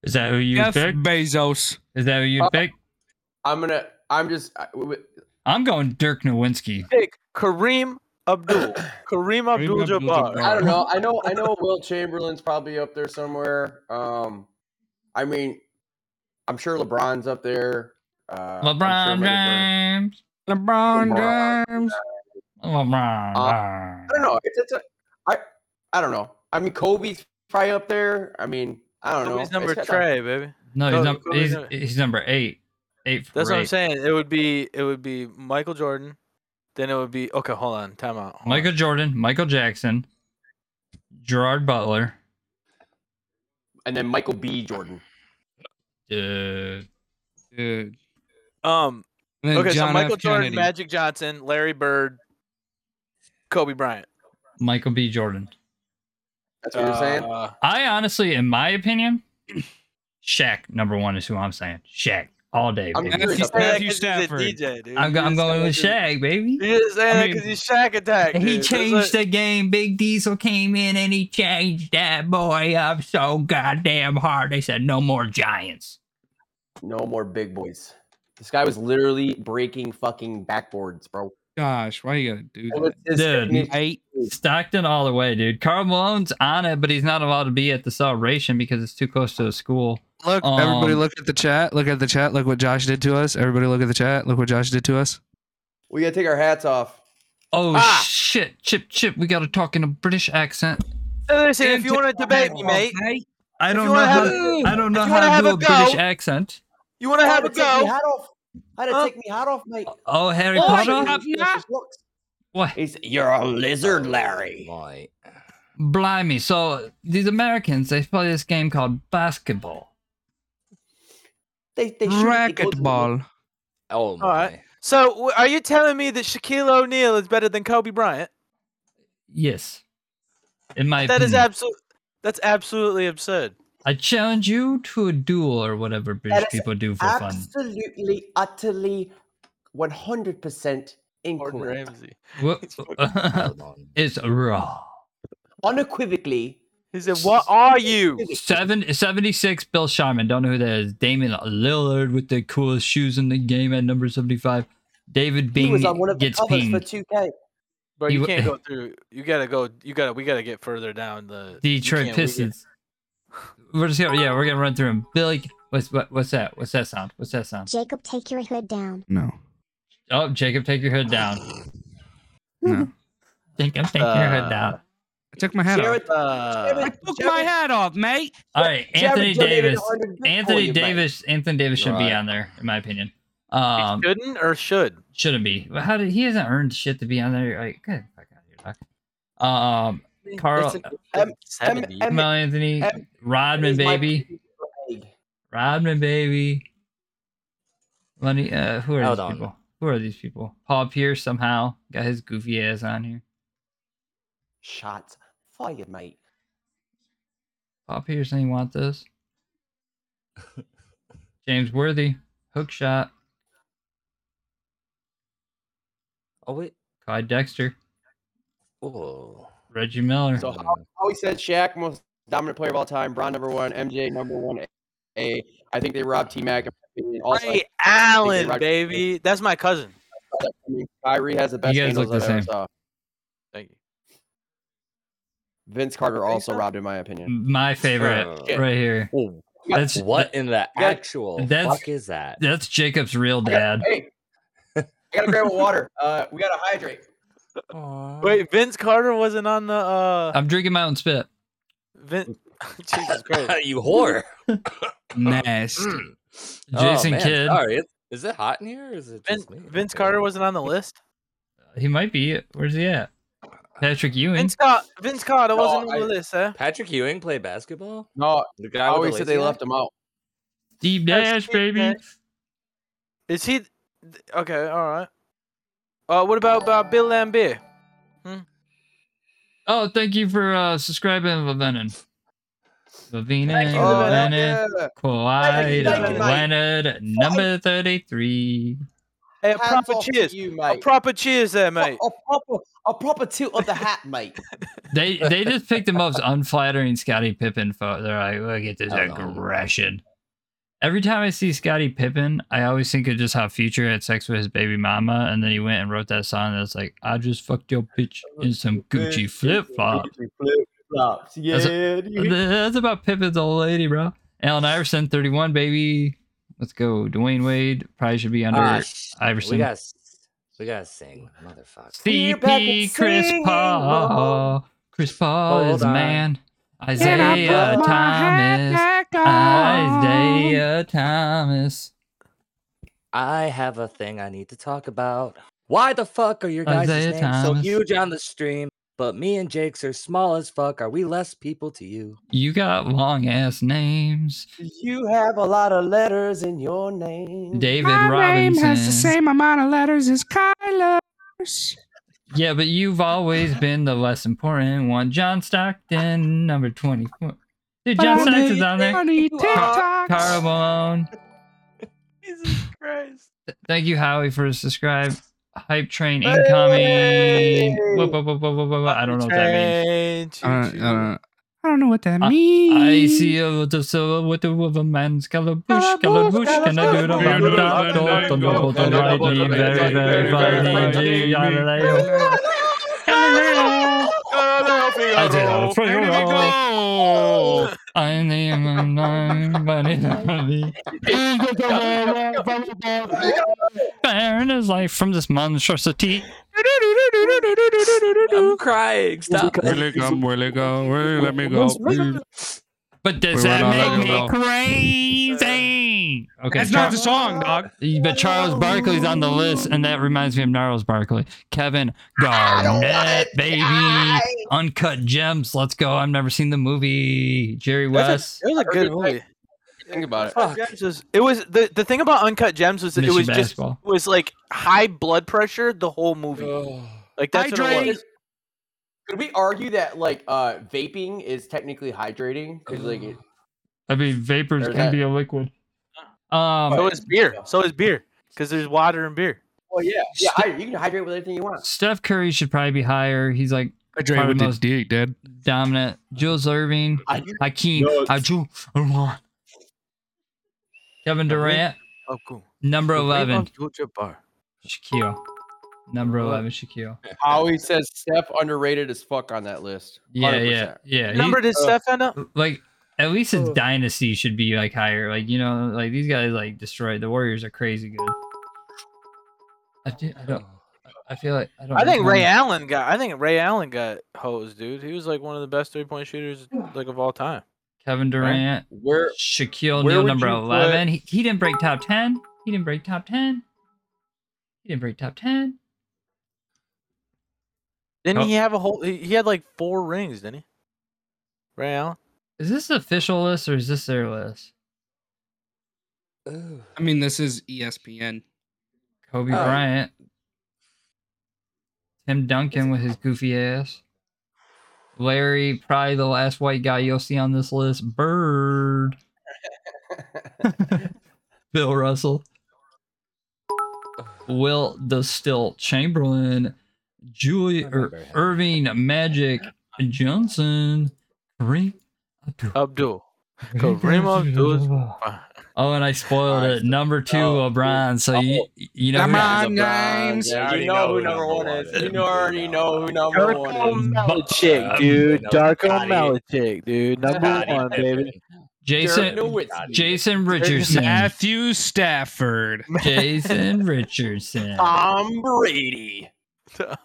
A: Is that who you
E: Jeff
A: picked?
E: Bezos.
A: Is that who you
D: Uh,
A: picked?
D: I'm gonna. I'm just. I, w- w-
A: I'm going Dirk Nowinski.
C: Take Kareem Abdul. Kareem Abdul Jabbar.
E: Abdul-Jabbar.
D: I don't know. I know. I know. Will Chamberlain's probably up there somewhere. Um, I mean, I'm sure LeBron's up there. Uh, I'm
A: LeBron
D: sure many more-
A: James.
E: LeBron
D: LeBron
E: James.
A: LeBron.
C: Uh,
D: I don't know. It's, it's a, I, I don't know. I mean, Kobe's probably up there. I mean, I don't
C: Kobe's
D: know.
C: number
D: It's-
C: Trey, baby.
A: No,
C: No,
A: he's, num-
C: Kobe's
A: he's,
C: number-
A: he's number eight. Eight for
C: That's what I'm
A: eight.
C: saying. It would be it would be Michael Jordan. Then it would be okay. Hold on, time out. hold on.
A: Michael Jordan, Michael Jackson, Gerard Butler.
D: And then Michael B. Jordan.
A: Uh,
E: Dude.
C: Um.
E: And then
C: Okay,
E: John
C: so Michael
E: F.
C: Jordan,
E: Kennedy.
C: Magic Johnson, Larry Bird, Kobe Bryant.
A: Michael B. Jordan.
D: That's what you're saying.
C: Uh,
A: I honestly, in my opinion, Shaq number one is who I'm saying. Shaq all day.
D: I'm
A: Baby.
E: And
A: I'm,
E: if
D: Matthew-
E: you-
C: you say that 'cause
E: Matthew
C: he's a
E: Stafford.
C: DJ, dude.
A: go-
C: You
A: I'm
C: just
A: going
C: say
A: with
C: that 'cause-
A: Shaq, baby.
C: You just say
E: I
C: that
E: mean-
C: because he's Shaq attack.
A: He
C: dude. That's
A: changed
C: what-
A: the game. Big Diesel came in and he changed that boy up so goddamn hard. They said no more Giants.
D: No more big boys. This guy was literally breaking fucking backboards, bro.
E: Gosh, why you gotta do
D: That
E: that?
D: was his
A: Dude.
D: signature-
E: Eight.
A: Stockton all the way, dude. Carl Malone's on it, but he's not allowed to be at the celebration because it's too close to a school.
E: Look,
A: Um,
E: everybody, look at the chat. Look at the chat. Look what Josh did to us. Everybody, look at the chat. Look what Josh did to us.
D: We gotta take our hats off.
A: Oh
D: Ah!
A: shit, Chip, Chip, we gotta talk in a British accent.
C: Listen, if you want to debate me, mate,
A: I
C: If
A: don't
C: you
A: know
C: wanna
A: how
C: have
A: to, I don't know
C: you
A: how
C: wanna
A: to
C: have
A: do
C: a
A: a British
C: go-
A: accent.
C: you want to have a
D: Take me
C: go.
D: hat off. How to
C: Huh?
D: take me hat off, mate?
A: Oh, Harry
C: Oi!
A: Potter?
E: Up now?
A: What?
D: He's, you're a lizard,
F: Oh,
D: Larry.
F: boy.
A: Blimey. So these Americans, they play this game called basketball.
D: They, they shoot, they go to the-
E: Racquetball.
F: Oh my.
C: right. So, w- are you telling me that Shaquille O'Neal is better than Kobe Bryant?
A: Yes. In my
C: That is
A: opinion.
C: absolutely that's absolutely absurd.
A: I challenge you to a duel or whatever British
D: That is
A: people do for fun.
D: Absolutely, utterly, 100%
C: Gordon
D: incorrect.
C: Ramsay.
A: Wha-
F: Hold on.
A: it's raw.
D: Unequivocally,
C: He said, "What are you?"
A: Seven, 76 Bill Sharman. Don't know who that is. Damon Lillard with the coolest shoes in the game at number 75. David
D: he
A: Bing
D: was on one of the
A: gets
D: covers
A: pinged.
D: for 2K.
C: Bro,
A: You
C: you
A: w-
C: can't go through. You gotta go. You gotta. We gotta get further down the you
A: Detroit
C: can't- we get-
A: Pistons. We're just gonna, yeah, we're gonna run through them. Billy, what's what, what's that? What's that sound? What's that sound?
G: Jacob, take your hood down.
E: No.
A: Oh, Jacob, take your hood down.
E: No.
A: Jacob, take your hood
C: Uh,
A: down.
E: I took my hat
D: Jared,
E: off. I
C: Uh,
E: took
D: Jared-
E: my hat off, mate.
A: All right,
D: Jared
A: Anthony
D: donated
A: Davis.
D: 100 Bitcoin,
A: Anthony
D: mate.
A: Davis. Anthony Davis should be
F: Right.
A: on there, in my opinion.
C: he
A: Um,
C: shouldn't or should?
A: shouldn't be. But how did he hasn't earned shit to be on there? Like, good fuck out of here, doc. Um, Carl,
C: Listen,
D: M- M-
C: 70.
D: M-
A: Mel Anthony,
D: Em-
A: Rodman,
D: He's my
A: baby,
D: leg.
A: Rodman, baby. Money. Uh, who are
F: Hold
A: these
F: on.
A: people? Who are these people? Paul Pierce somehow got his goofy ass on here.
D: Shots fired, mate.
A: Paul Pierce ain't want this. James Worthy, hook shot.
F: Oh wait.
A: Clyde Dexter,
F: Oh.
A: Reggie Miller.
D: So how, how he said Shaq most dominant player of all time, Bron number one, MJ number one, A. I think they robbed T Mac. Also,
C: Ray Allen,
D: Roger-
C: baby. That's my cousin.
D: I mean, Kyrie has the best
A: guys
D: handles
A: look
D: I've
A: the
D: ever
A: same.
D: saw.
C: Thank you.
D: Vince Carter
C: Think
D: also
C: so?
D: robbed, in my opinion.
A: My favorite,
F: Uh,
D: Shit.
A: right here.
F: oh,
A: That's
F: what in the
D: Yeah,
F: actual
A: that's-
F: fuck is that?
A: That's Jacob's real
D: I got-
A: dad.
D: Hey, I gotta grab a water. Uh, we gotta hydrate.
F: Aw.
C: Wait, Vince Carter wasn't on the uh.
A: I'm drinking my own spit.
C: Vin- Jesus Christ. Mm.
F: you whore.
D: Mm.
F: Oh,
E: Nasty.
A: Jason
F: man,
A: Kidd.
F: Sorry. It- Is it hot in here? Or is it
C: Vin-
F: just me?
C: Vince
F: Okay.
C: Carter wasn't on the list.
A: He might be. Where's he at? Patrick Ewing.
C: Vince, Car- Vince Carter
D: No,
C: wasn't on the
D: I-
C: list, huh?
F: Patrick Ewing played basketball.
D: No,
F: The
D: I
F: guy. with
D: always
F: the
D: said
F: lazy
D: they
F: eye?
D: left him out.
A: Steve
C: Oh,
A: Nash,
C: Steve
A: baby.
C: Nash. Is he? th- Okay, all right. Uh, what about uh, Bill Lambier?
A: Oh, thank you for uh, subscribing, Levenin. Levenin,
D: Thank you,
C: Oh,
A: Levenin,
D: Leonard. Yeah.
A: Kawhi,
D: Thank you, mate.
A: Leonard, number 33.
C: Hey, a
D: Hats
C: proper
D: off to
C: cheers.
D: you,
C: A
D: mate.
C: proper cheers there,
D: A,
C: mate.
D: a proper, a proper tilt of the hat, mate.
A: They they just picked the most unflattering Scottie Pippen photo. They're like, look at this
F: Hold on.
A: aggression. Every time I see Scottie Pippen, I always think of just how Future had sex with his baby mama, and then he went and wrote that song that's like, I just fucked your bitch in some Gucci flip flop.
D: Gucci flip flops. Yeah,
A: That's
D: dude.
A: That's about Pippen's old lady, bro. Allen Iverson, 31, baby. Let's go. Dwayne Wade probably should be under
F: Ah, sh-
A: Iverson.
F: We got. We gotta sing, motherfucker.
D: We're back and
A: CP Chris
D: singing,
A: Paul. Chris Paul
F: Hold
A: is a
F: on.
A: man.
E: Can I
A: Isaiah
E: put my
A: Thomas.
E: hat back on?
A: Isaiah Thomas.
F: I have a thing I need to talk about. Why the fuck are your guys'
A: Isaiah
F: names so
A: Thomas.
F: huge on the stream, but me and Jake's are small as fuck? Are we less people to you?
A: You got long ass names.
D: You have a lot of letters in your name.
A: David
E: My name
A: Robinson.
E: has the same amount of letters as Kyler's.
A: Yeah, but you've always been the less important one. John Stockton, number 24. Dude,
E: But
A: John
E: I
A: Stockton's
E: need-
A: on there.
E: I need
A: Car-
E: TikToks.
A: Carl Malone.
C: Jesus Christ.
A: Thank you, Howie, for subscribe. Hype train incoming. Whoop, whoop, whoop, whoop, whoop, whoop. I don't know what that means.
E: Uh, uh, I don't know what that
A: I- I
E: means.
A: see a little silver with a with a man's color bush,
E: Colour
A: color
E: bush,
A: bush,
E: colour
A: can I do the
E: bush.
A: round top, top, on the bottom right knee, very, very, very, knee, yada, yada, yada. I did a free roll. I am a nine, but it's only- Fairness life from this monstrosity.
F: I'm crying. Stop.
E: Will it come? Will it go? Will it let me go?
A: But does
E: We're not
A: that
E: letting
A: make
E: him
A: me
E: go.
A: crazy? Okay,
E: That's not
A: Char-
E: the song, dog.
A: but Charles Barkley's on the list, and that reminds me of Gnarls Barkley. Kevin Garnett, baby. Uncut Gems. Let's go. I've never seen the movie. Jerry West.
C: That's a- it was a good movie.
D: Think about it.
C: Uncut Gems was, it was the, the thing about Uncut Gems was that it
A: Mission
C: was just
A: Basketball.
C: was like high blood pressure the whole movie. Like that's what it
E: Hydrate.
C: was.
D: Could we argue that like uh vaping is technically hydrating? Because like it,
A: I mean, vapors
D: There's
A: can
D: that.
A: be a liquid. Um,
C: So is beer. So is beer because there's water and beer.
D: well, yeah, yeah, hy- you can hydrate with anything you want.
A: Steph Curry should probably be higher. He's like
E: I drank
A: Probably
E: with this
A: most-
E: dick, dude.
A: dominant. Jules Irving,
D: I do-
A: Hakeem,
D: No, it's-
A: Aju, Armand. Kevin Durant,
C: Oh, cool.
A: number eleven.
C: Bar.
A: Shaquille, number eleven. Shaquille.
D: Always says Steph underrated as fuck on that list.
A: Yeah,
D: 100%.
A: yeah, yeah. He-
C: Number Oh. does
D: uh,
C: Steph end up?
A: like at least his dynasty should be like higher. Like you know, like these guys like destroyed. The Warriors are crazy good. I, do, I don't. I feel like I don't.
C: I think Ray
A: recognize-
C: Allen got. I think Ray Allen got hosed, dude. He was like one of the best three point shooters like of all time.
A: Kevin Durant,
D: Where
A: Shaquille
D: where
A: O'Neal,
D: would
A: number
D: you put-
A: eleven. He, he didn't break top ten. He didn't break top ten. He didn't break top ten.
C: Didn't
A: Oh.
C: he have a whole? He he had like four rings, didn't he? Ray Allen.
A: Is this the official list or is this their list?
F: Ooh.
E: I mean, this is E ESPN.
A: Kobe
D: Uh,
F: Oh.
A: Bryant, Tim Duncan with his goofy ass, Larry, probably the last white guy you'll see on this list. Bird. Bill Russell, Will the Still Chamberlain, Julie
F: I
A: or
F: remember him.
A: Irving Magic Johnson, Kareem Abdul.
C: Abdul. Kareem Abdul.
A: Oh, and I spoiled
F: Alright,
A: it. Number two,
D: oh,
A: LeBron. So you you know
E: Come
A: who
E: on.
A: that
E: Nine names.
F: I
D: Yeah, you know, who
F: already who
D: number one is. You know, already know who number one is. Um,
C: Malachik,
F: dude. Darko
C: Malachik, dude.
A: is. Jason
D: Nowitzki.
A: Jason Richardson.
E: Matthew Stafford.
A: Jason Richardson.
C: Ah.
D: Tom Brady.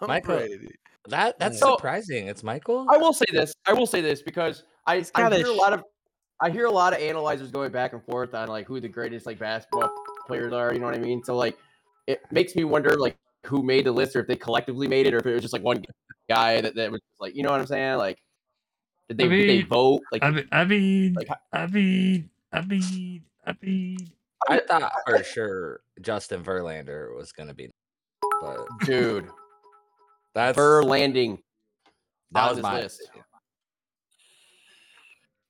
F: Michael-
C: Brady.
F: That that's
D: So-
F: surprising. It's Michael.
D: I will say this. I will say this because I,
C: He's
D: I
C: gotta
D: hear a
C: sh-
D: lot of I hear a lot of analyzers going back and forth on like who the greatest like basketball players are. You know what I mean? So like it makes me wonder like who made the list or if they collectively made it or if it was just like one guy that, that was like you know what I'm saying? Like did they,
A: I
D: did they
A: mean,
D: vote? Like
A: I mean, I mean,
D: Like,
A: I mean, I mean, I mean.
F: I thought for sure Justin Verlander was gonna be, but
D: dude,
F: that's
D: Verlanding.
F: that
D: on
F: was
D: this
F: my
D: list.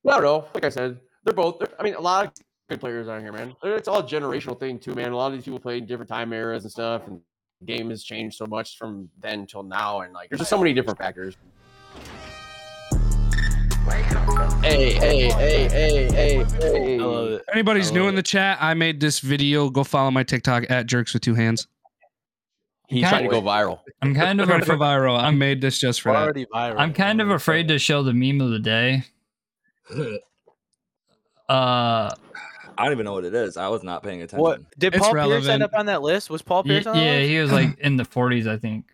D: I don't know. Like I said, they're both. they're- I mean, a lot of good players on here, man. It's all a generational thing too, man. A lot of these people play in different time eras and stuff, and the game has changed so much from then till now, and like there's just so many different factors. Hey, hey, hey, hey, hey, hey!
C: I love it.
E: Anybody's
C: I
E: new
C: love
E: in the chat? I made this video. Go follow my TikTok at Jerks with Two Hands.
D: He's trying to go viral.
A: I'm kind of
E: Trying to go
A: afraid.
E: viral. I made this just for that.
C: Already viral.
A: I'm kind of afraid to show the meme of the day. Uh,
F: I don't even know what it is. I was not paying attention.
C: What did
E: It's
C: Paul Pierce
E: relevant.
C: end up on that list? Was Paul
A: y-
C: Pierce on? that
A: yeah,
C: list?
A: he was like in the 40s, I think.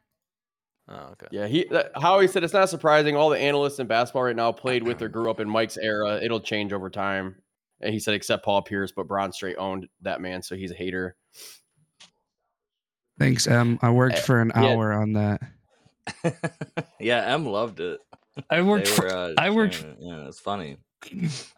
C: Oh, okay.
D: Yeah, he that- Howie said it's not surprising. All the analysts in basketball right now played with or grew up in Mike's era. It'll change over time. And he said, except Paul Pierce, but Braun straight owned that man, so he's a hater.
E: Thanks, Em. I worked
A: Eh,
D: Uh,
E: for an
D: yeah.
E: hour on that.
F: yeah, Em loved it.
A: I
F: They
A: worked. For,
F: were, uh,
A: I worked
F: sharing it. Yeah, it's funny.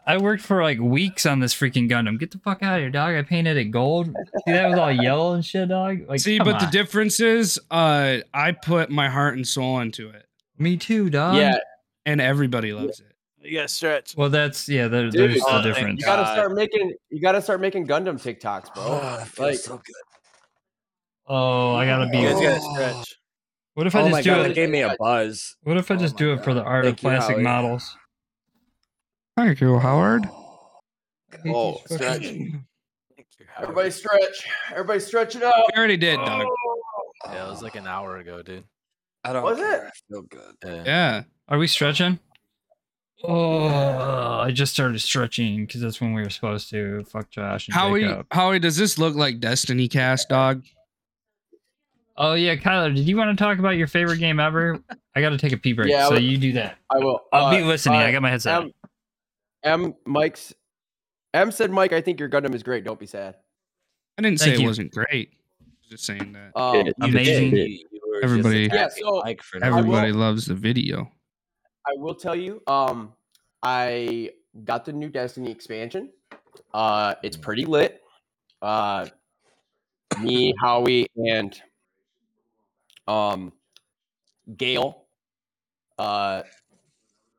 A: I worked for like weeks on this freaking Gundam. Get the fuck out of here, dog! I painted it gold. See, that was all yellow and shit, dog. Like,
E: See,
A: come
E: but the
A: on.
E: difference is, uh, I put my heart and soul into it,
A: me too,
C: Oh,
A: dog.
D: yeah,
E: and everybody loves it.
C: You got stretch.
A: Well, that's yeah. There,
D: Dude,
A: there's the
D: oh,
C: thank
A: difference.
D: you gotta
C: God.
D: start making you gotta start making Gundam TikToks, bro.
F: that Ah, feels
D: like-
F: so good.
A: Oh, I gotta
C: You
A: be.
C: guys got
F: Oh.
C: stretch.
A: What if I
F: Oh
A: just
F: my
A: do
F: god, it
A: it?
F: gave me a buzz.
A: What if I
F: Oh
A: just
F: my
A: do it for
F: God.
A: the art of
F: Thank you,
A: plastic
F: Howie.
A: models?
E: Thank you, Howard.
A: I hate
D: Oh,
A: these fucking-
D: stretch.
C: Thank you, Howard.
D: Everybody stretch. Everybody stretch it out.
E: We already did, Doug.
C: Yeah, it was like an hour ago, dude.
F: I don't
D: Was it?
F: care. I feel good.
C: Yeah.
E: Yeah.
A: Are we stretching? Oh, I just started stretching because that's when we were supposed to. Fuck Josh and
E: Howie,
A: Jacob.
E: Howie, does this look like Destiny Cast, dog?
A: Uh, Oh yeah, Kyler, did you want to talk about your favorite game ever? I got to take a pee break,
D: Yeah, I
A: so
D: would-
A: you do that.
D: I will.
A: I'll
D: Uh,
A: be listening.
D: uh,
A: I got my headset. on.
D: M, M Mike's M said Mike, I think your Gundam is great. Don't be sad.
E: I didn't
A: Thank
E: say it
A: you.
E: wasn't great. Just saying that
D: Um,
F: You
A: amazing.
F: did. You- you were just
E: Everybody-
D: Yeah,
F: attacking
D: so
F: Mike for no reason.
E: everybody loves the video.
D: I will tell you, um, I got the new Destiny expansion. Uh, it's pretty lit. Uh, me, Howie, and um, Gail. Uh,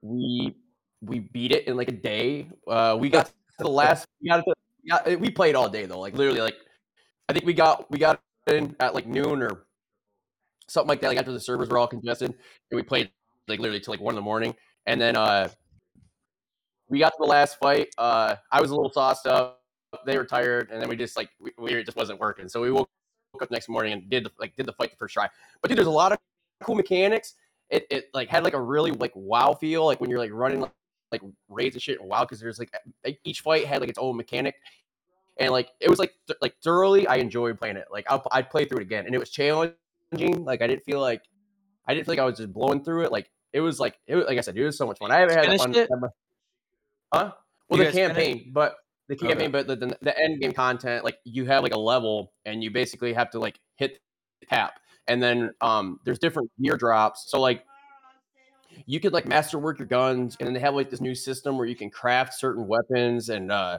D: we we beat it in like a day. Uh, we got to the last. We got, to, we got- we played all day though. Like literally, like I think we got we got in at like noon or something like that. Like after the servers were all congested, and we played like literally till like one in the morning. And then uh we got to the last fight. Uh I was a little tossed up. They were tired, and then we just like we, we it just wasn't working. So we woke up next morning and did the, like did the fight the first try. But dude, there's a lot of cool mechanics. It, it like had like a really like wow feel like when you're like running like, like raids and shit and wow because there's like, like each fight had like its own mechanic and like it was like th- like thoroughly I enjoyed playing it like I'll, I'd play through it again and it was challenging like I didn't feel like I didn't feel like I was just blowing through it. Like it was like it was, like I said, it was so much fun. I haven't had that
C: Finished
D: fun.
C: it?
D: that much- Huh?
C: You
D: Well, the
C: guys finished?
D: campaign, but the
C: Okay.
D: campaign, but the, the the end game content, like you have like a level, and you basically have to like hit tap, and then um, there's different gear drops. So like you could like masterwork your guns, and then they have like this new system where you can craft certain weapons, and uh,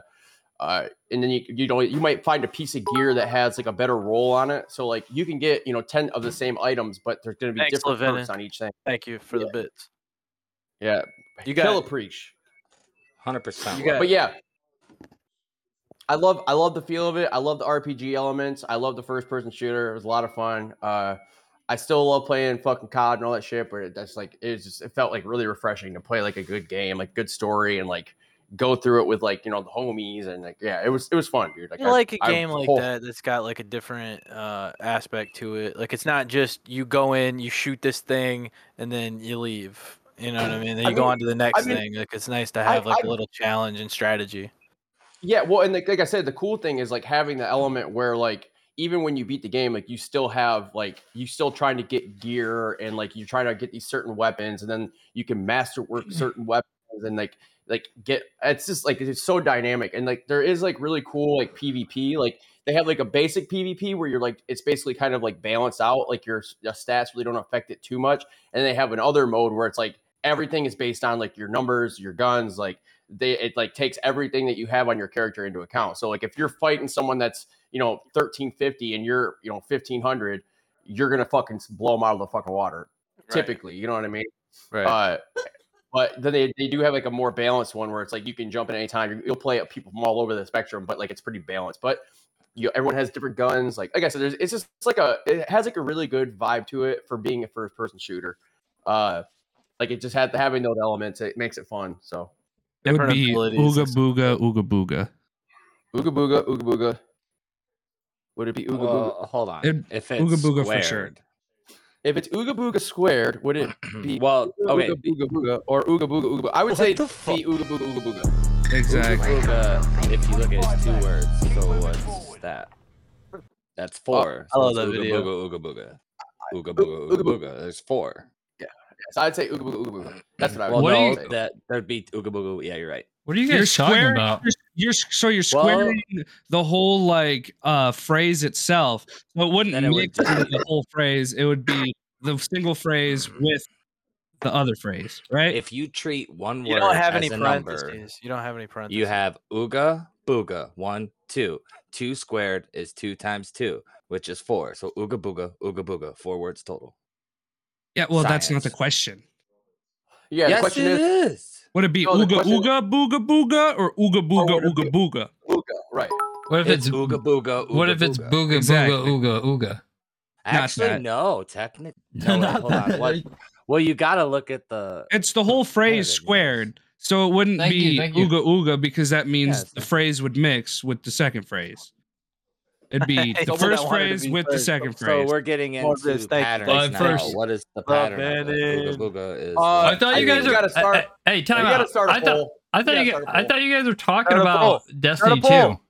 D: uh, and then you you know you might find a piece of gear that has like a better roll on it. So like you can get you know ten of the same items, but there's going to be
C: Thanks,
D: different
C: Levenin.
D: perks on each thing.
C: Thank you for the bits.
D: Yeah,
C: You got
D: kill a
C: it.
D: preach.
F: 100%.
C: You got-
D: But yeah, I love I love the feel of it. I love the RPG elements. I love the first person shooter. It was a lot of fun. Uh, I still love playing fucking COD and all that shit, but it, that's like it was just it felt like really refreshing to play like a good game, like good story, and like go through it with like you know the homies and like yeah, it was it was fun, dude.
C: You
D: I-
C: like a
D: I
C: game like
D: whole-
C: that that's got like a different uh, aspect to it. Like it's not just you go in, you shoot this thing, and then you leave. You know what I mean? Then
D: I
C: you go
D: mean-
C: on to the next
D: mean,
C: thing. Like it's nice to have like a
D: I-
C: little challenge and strategy.
D: Yeah, well, and like, like I said, the cool thing is like having the element where like even when you beat the game, like you still have like you still trying to get gear and like you try to get these certain weapons, and then you can masterwork certain weapons and like like get it's just like it's so dynamic and like there is like really cool like PvP like they have like a basic PvP where you're like it's basically kind of like balanced out like your, s- your stats really don't affect it too much and they have another mode where it's like everything is based on like your numbers your guns like they it like takes everything that you have on your character into account. So like if you're fighting someone that's you know 1350 and you're you know 1500, you're gonna fucking s- blow them out of the fucking water. Typically, you know what I mean.
C: Right.
D: Uh, but then they, they do have like a more balanced one where it's like you can jump in any time. You'll play at people from all over the spectrum, but like it's pretty balanced. But you everyone has different guns. Like like I said, there's, it's just it's like a it has like a really good vibe to it for being a first person shooter. Uh, like it just had having those elements, it makes it fun. So
E: It would
C: Different
E: be
C: abilities.
E: ooga booga ooga booga.
D: Ooga booga, ooga booga. Would it be ooga booga?
F: Well, hold on.
E: It-
F: if it's
E: Ooga Booga for sure.
F: squared,
D: If it's ooga booga squared, would it be
F: well,
D: ooga
F: okay.
D: booga, ooga booga or ooga booga ooga booga? I would
F: What
D: say
F: the fuck?
D: be ooga booga ooga booga.
E: Exactly.
F: Ooga Booga, if you look at it, it's two words, so what's that?
D: Uh,
F: That's four.
C: I love
F: so
C: that
F: it's ooga
C: video.
F: Booga, ooga booga. Ooga booga, ooga
D: ooga booga.
F: booga. There's four.
D: Yes, I'd say ooga booga ooga booga. That's what I
F: Well,
D: would
A: What do
F: no,
D: say.
F: that that'd be Ooga Booga. Yeah, you're right.
A: What are you guys
E: You're
A: talking
E: squaring,
A: about?
E: you're, you're- so you're
F: Well-
E: squaring the whole like uh phrase itself. So it wouldn't
F: Then it would
E: mix
F: just-
E: into the whole phrase. It would be the single phrase with the other phrase, right?
F: If you treat one word
C: You don't have
F: as
C: any
F: a number,
C: parentheses. You don't have any parentheses.
F: you have Ooga Booga one two. Two squared is two times two, which is four. So Ooga Booga Ooga Booga. Four words total.
E: yeah, well, that's not the
F: science.
E: question.
D: Yeah, the
F: yes,
D: question
F: it
D: is
F: is.
E: Would it be
D: No, the
E: ooga
D: question-
E: ooga booga booga or ooga booga
D: would it
E: ooga
D: be-
E: booga?
D: ooga, right?
A: What if it's,
F: It's Ooga Booga. Ooga
A: what if it's
F: Booga?
A: booga
E: Exactly.
A: booga ooga ooga?
F: Actually,
E: that.
F: no. Technically, no. wait,
A: Not
F: hold on.
A: that.
F: What? Well, you gotta look at the.
E: It's the whole phrase
F: it is.
E: squared. So it wouldn't
A: Thank you,
E: be
A: thank you.
E: ooga ooga because that means
F: Yeah,
E: the
F: it's-
E: phrase would mix with the second phrase. It'd be
C: That's
E: the
C: what I
E: first
C: wanted to
E: phrase
C: be
E: with the
C: first.
E: second
F: So
E: phrase.
F: we're getting
C: Well, this-
F: into
C: thank you,
F: patterns
A: thank
F: now.
A: you. First-
F: what is the
C: Oh,
F: pattern? of it?
C: man.
F: Ooga Booga is.
D: Uh,
A: I
F: like-
A: thought you
F: mean,
A: guys
D: you
A: were.
D: gotta start-
A: I- I- hey,
D: You
A: time
D: gotta
A: out.
D: start a
A: I thought,
D: poll.
A: I thought
D: gotta
A: you guys,
D: start a
A: I
D: poll.
A: thought you guys were talking
C: Start a
A: about
C: poll.
A: Destiny
C: poll.
A: Two.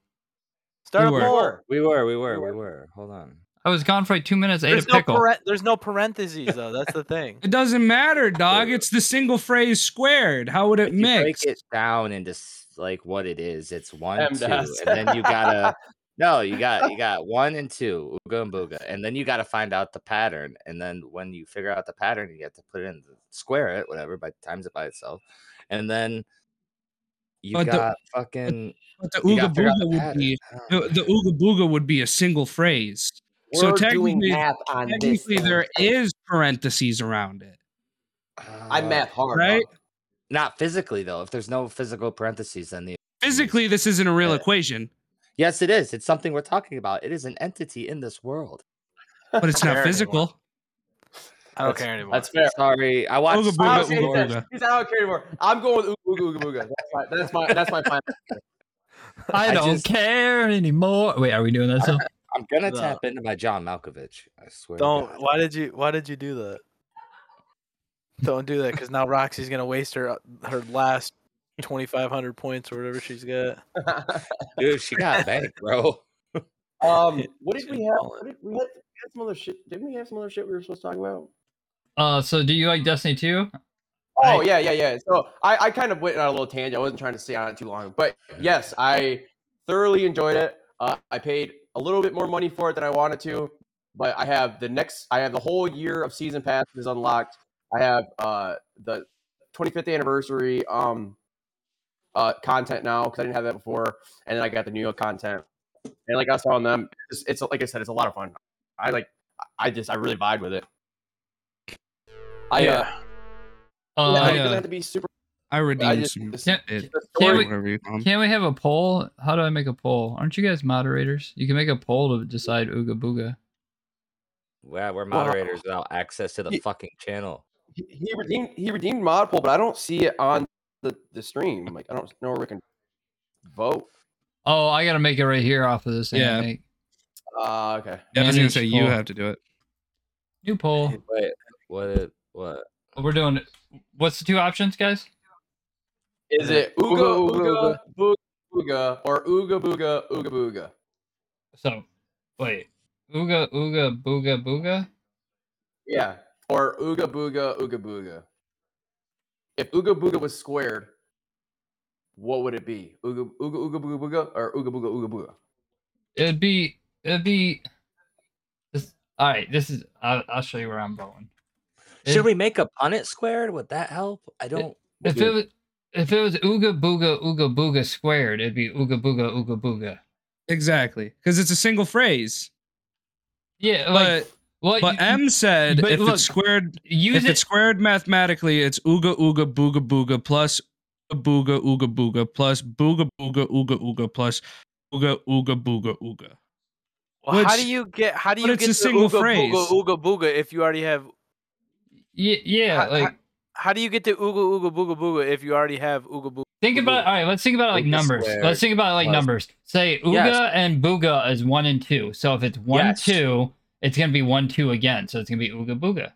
C: Start
E: You
C: a
E: were.
C: poll.
F: We were, we were,
D: were.
F: we were. Hold on.
A: I was gone for like two minutes, ate a
C: There's no,
A: pickle.
C: paren- there's no parentheses though. That's the thing.
E: It doesn't matter, dog. It's the single phrase squared. How would it
F: If you
E: mix?
F: break it down into s- like what it is. It's one, two,
D: MDAS.
F: and then you gotta no, you got you got one and two, Ooga and Booga, and then you gotta find out the pattern. And then when you figure out the pattern, you have to put it in the- square it, whatever, by times it by itself, and then you
E: But the-
F: got fucking
E: But the
F: you gotta
E: ooga
F: figure out
E: booga
F: the
E: would
F: pattern. Uh,
E: be
F: I don't
E: the,
F: know.
E: the ooga booga would be a single phrase. So
G: We're doing
E: technically-
G: math on this.
E: Technically, there is parentheses around it,
G: I
F: Uh,
G: math hard,
E: right?
F: not physically though. If there's no physical parentheses, then the
E: Physically, this isn't a real
F: Yeah.
E: equation,
F: yes, it is. It's something we're talking about. It is an entity in this world.
E: but it's
C: Fair
E: not
C: anymore.
E: physical.
C: I don't
F: That's-
C: care anymore.
D: That's fair.
F: Sorry, I watched.
E: Ooga
F: Star
E: booga,
D: I don't
E: Ooga
D: care
F: Wars.
E: booga.
D: anymore. He's out of care anymore. I'm going ooga ooga ooga booga. That's my that's my that's my final.
A: I
F: I
A: don't
F: just-
A: care anymore. Wait, are we doing that still?
F: I'm gonna
C: No.
F: tap into my John Malkovich. I swear. to
C: Don't.
F: God.
C: Why did you? Why did you do that? Don't do that, because now Roxy's gonna waste her uh, her last twenty five hundred points or whatever she's got.
F: dude, she got bank, bro.
D: um, what did
C: Should
D: we have?
C: call it.
D: What did, we, had, we had some other shit. Didn't we have some other shit we were supposed to talk about?
A: Uh, so do you like Destiny Uh, 2?
D: Oh
A: I-
D: yeah, yeah, yeah. So I, I kind of went on a little tangent. I wasn't trying to stay on it too long, but yes, I thoroughly enjoyed it. Uh, I paid a little bit more money for it than I wanted to, but I have the next. I have the whole year of season passes unlocked. I have uh, the 25th anniversary um, uh, content now because I didn't have that before, and then I got the new content. And like I saw on them, it's, it's like I said, it's a lot of fun. I like. I- I just I really vibe with it. I yeah. uh,
A: Uh,
D: yeah, it
E: I, uh,
D: doesn't have to be super
E: I redeemed
D: just-
E: some
D: this-
E: shit,
A: this-
D: the
A: Can
D: story-
A: we-
E: whatever you call 'em.
A: Can we have a poll? How do I make a poll? Aren't you guys moderators? You can make a poll to decide Ooga Booga.
F: Yeah, we're moderators without access to the
D: Ye-
F: fucking channel.
D: he he redeemed he redeemed mod poll, but I don't see it on the, the stream. Like I don't know where we can vote.
A: Oh, I gotta make it right here off of this. thing, I
E: Yeah.
A: think.
D: Uh okay.
E: Yeah, I was gonna
A: Manage
E: say you
A: poll.
E: have to do it.
A: New poll.
F: Wait, what? It, what?
A: We're doing. What's the two options, guys?
D: Is
C: Yeah.
D: it Ooga
C: Ooga,
D: Ooga Booga Booga or Ooga Booga Ooga Booga?
A: So, wait. Ooga Ooga Booga Booga.
D: Yeah. Or Ooga Booga Ooga Booga. If Ooga Booga was squared, what would it be? Ooga Ooga Ooga Booga Booga or Ooga Booga Ooga Booga?
A: It'd be. It'd be. This. All right. This is. I'll, I'll show you where I'm going. It-
F: Should we make a punnet squared? Would that help? I don't.
A: If it
F: dude,
A: was. If it was Ooga Booga Ooga Booga squared, it'd be Ooga Booga Ooga Booga.
E: Exactly, because it's a single phrase.
A: Yeah, like
E: but
A: what
E: but
A: you-
E: M said
A: but
E: if
A: look,
E: it's squared,
A: use
E: if
A: it.
E: it's squared mathematically, it's ooga ooga booga booga plus booga ooga booga plus booga booga ooga ooga plus ooga ooga booga ooga.
C: Well, how do
E: Which-
C: you get? How do
E: but
C: you
E: it's
C: get
E: a
C: to
E: single
C: ooga
E: phrase.
C: booga ooga booga if you already have?
A: Ye- yeah,
C: Ha- ha-
A: like
C: How do you get to ooga ooga booga booga if you already have ooga booga?
A: think about all right. Let's think about it like
F: Ooga
A: numbers.
F: squared
A: Let's think about it like
F: plus-
A: numbers. Say ooga
F: Yes.
A: and booga is one and two. So if it's one
F: Yes.
A: two, it's gonna be one two again. So it's gonna be ooga booga.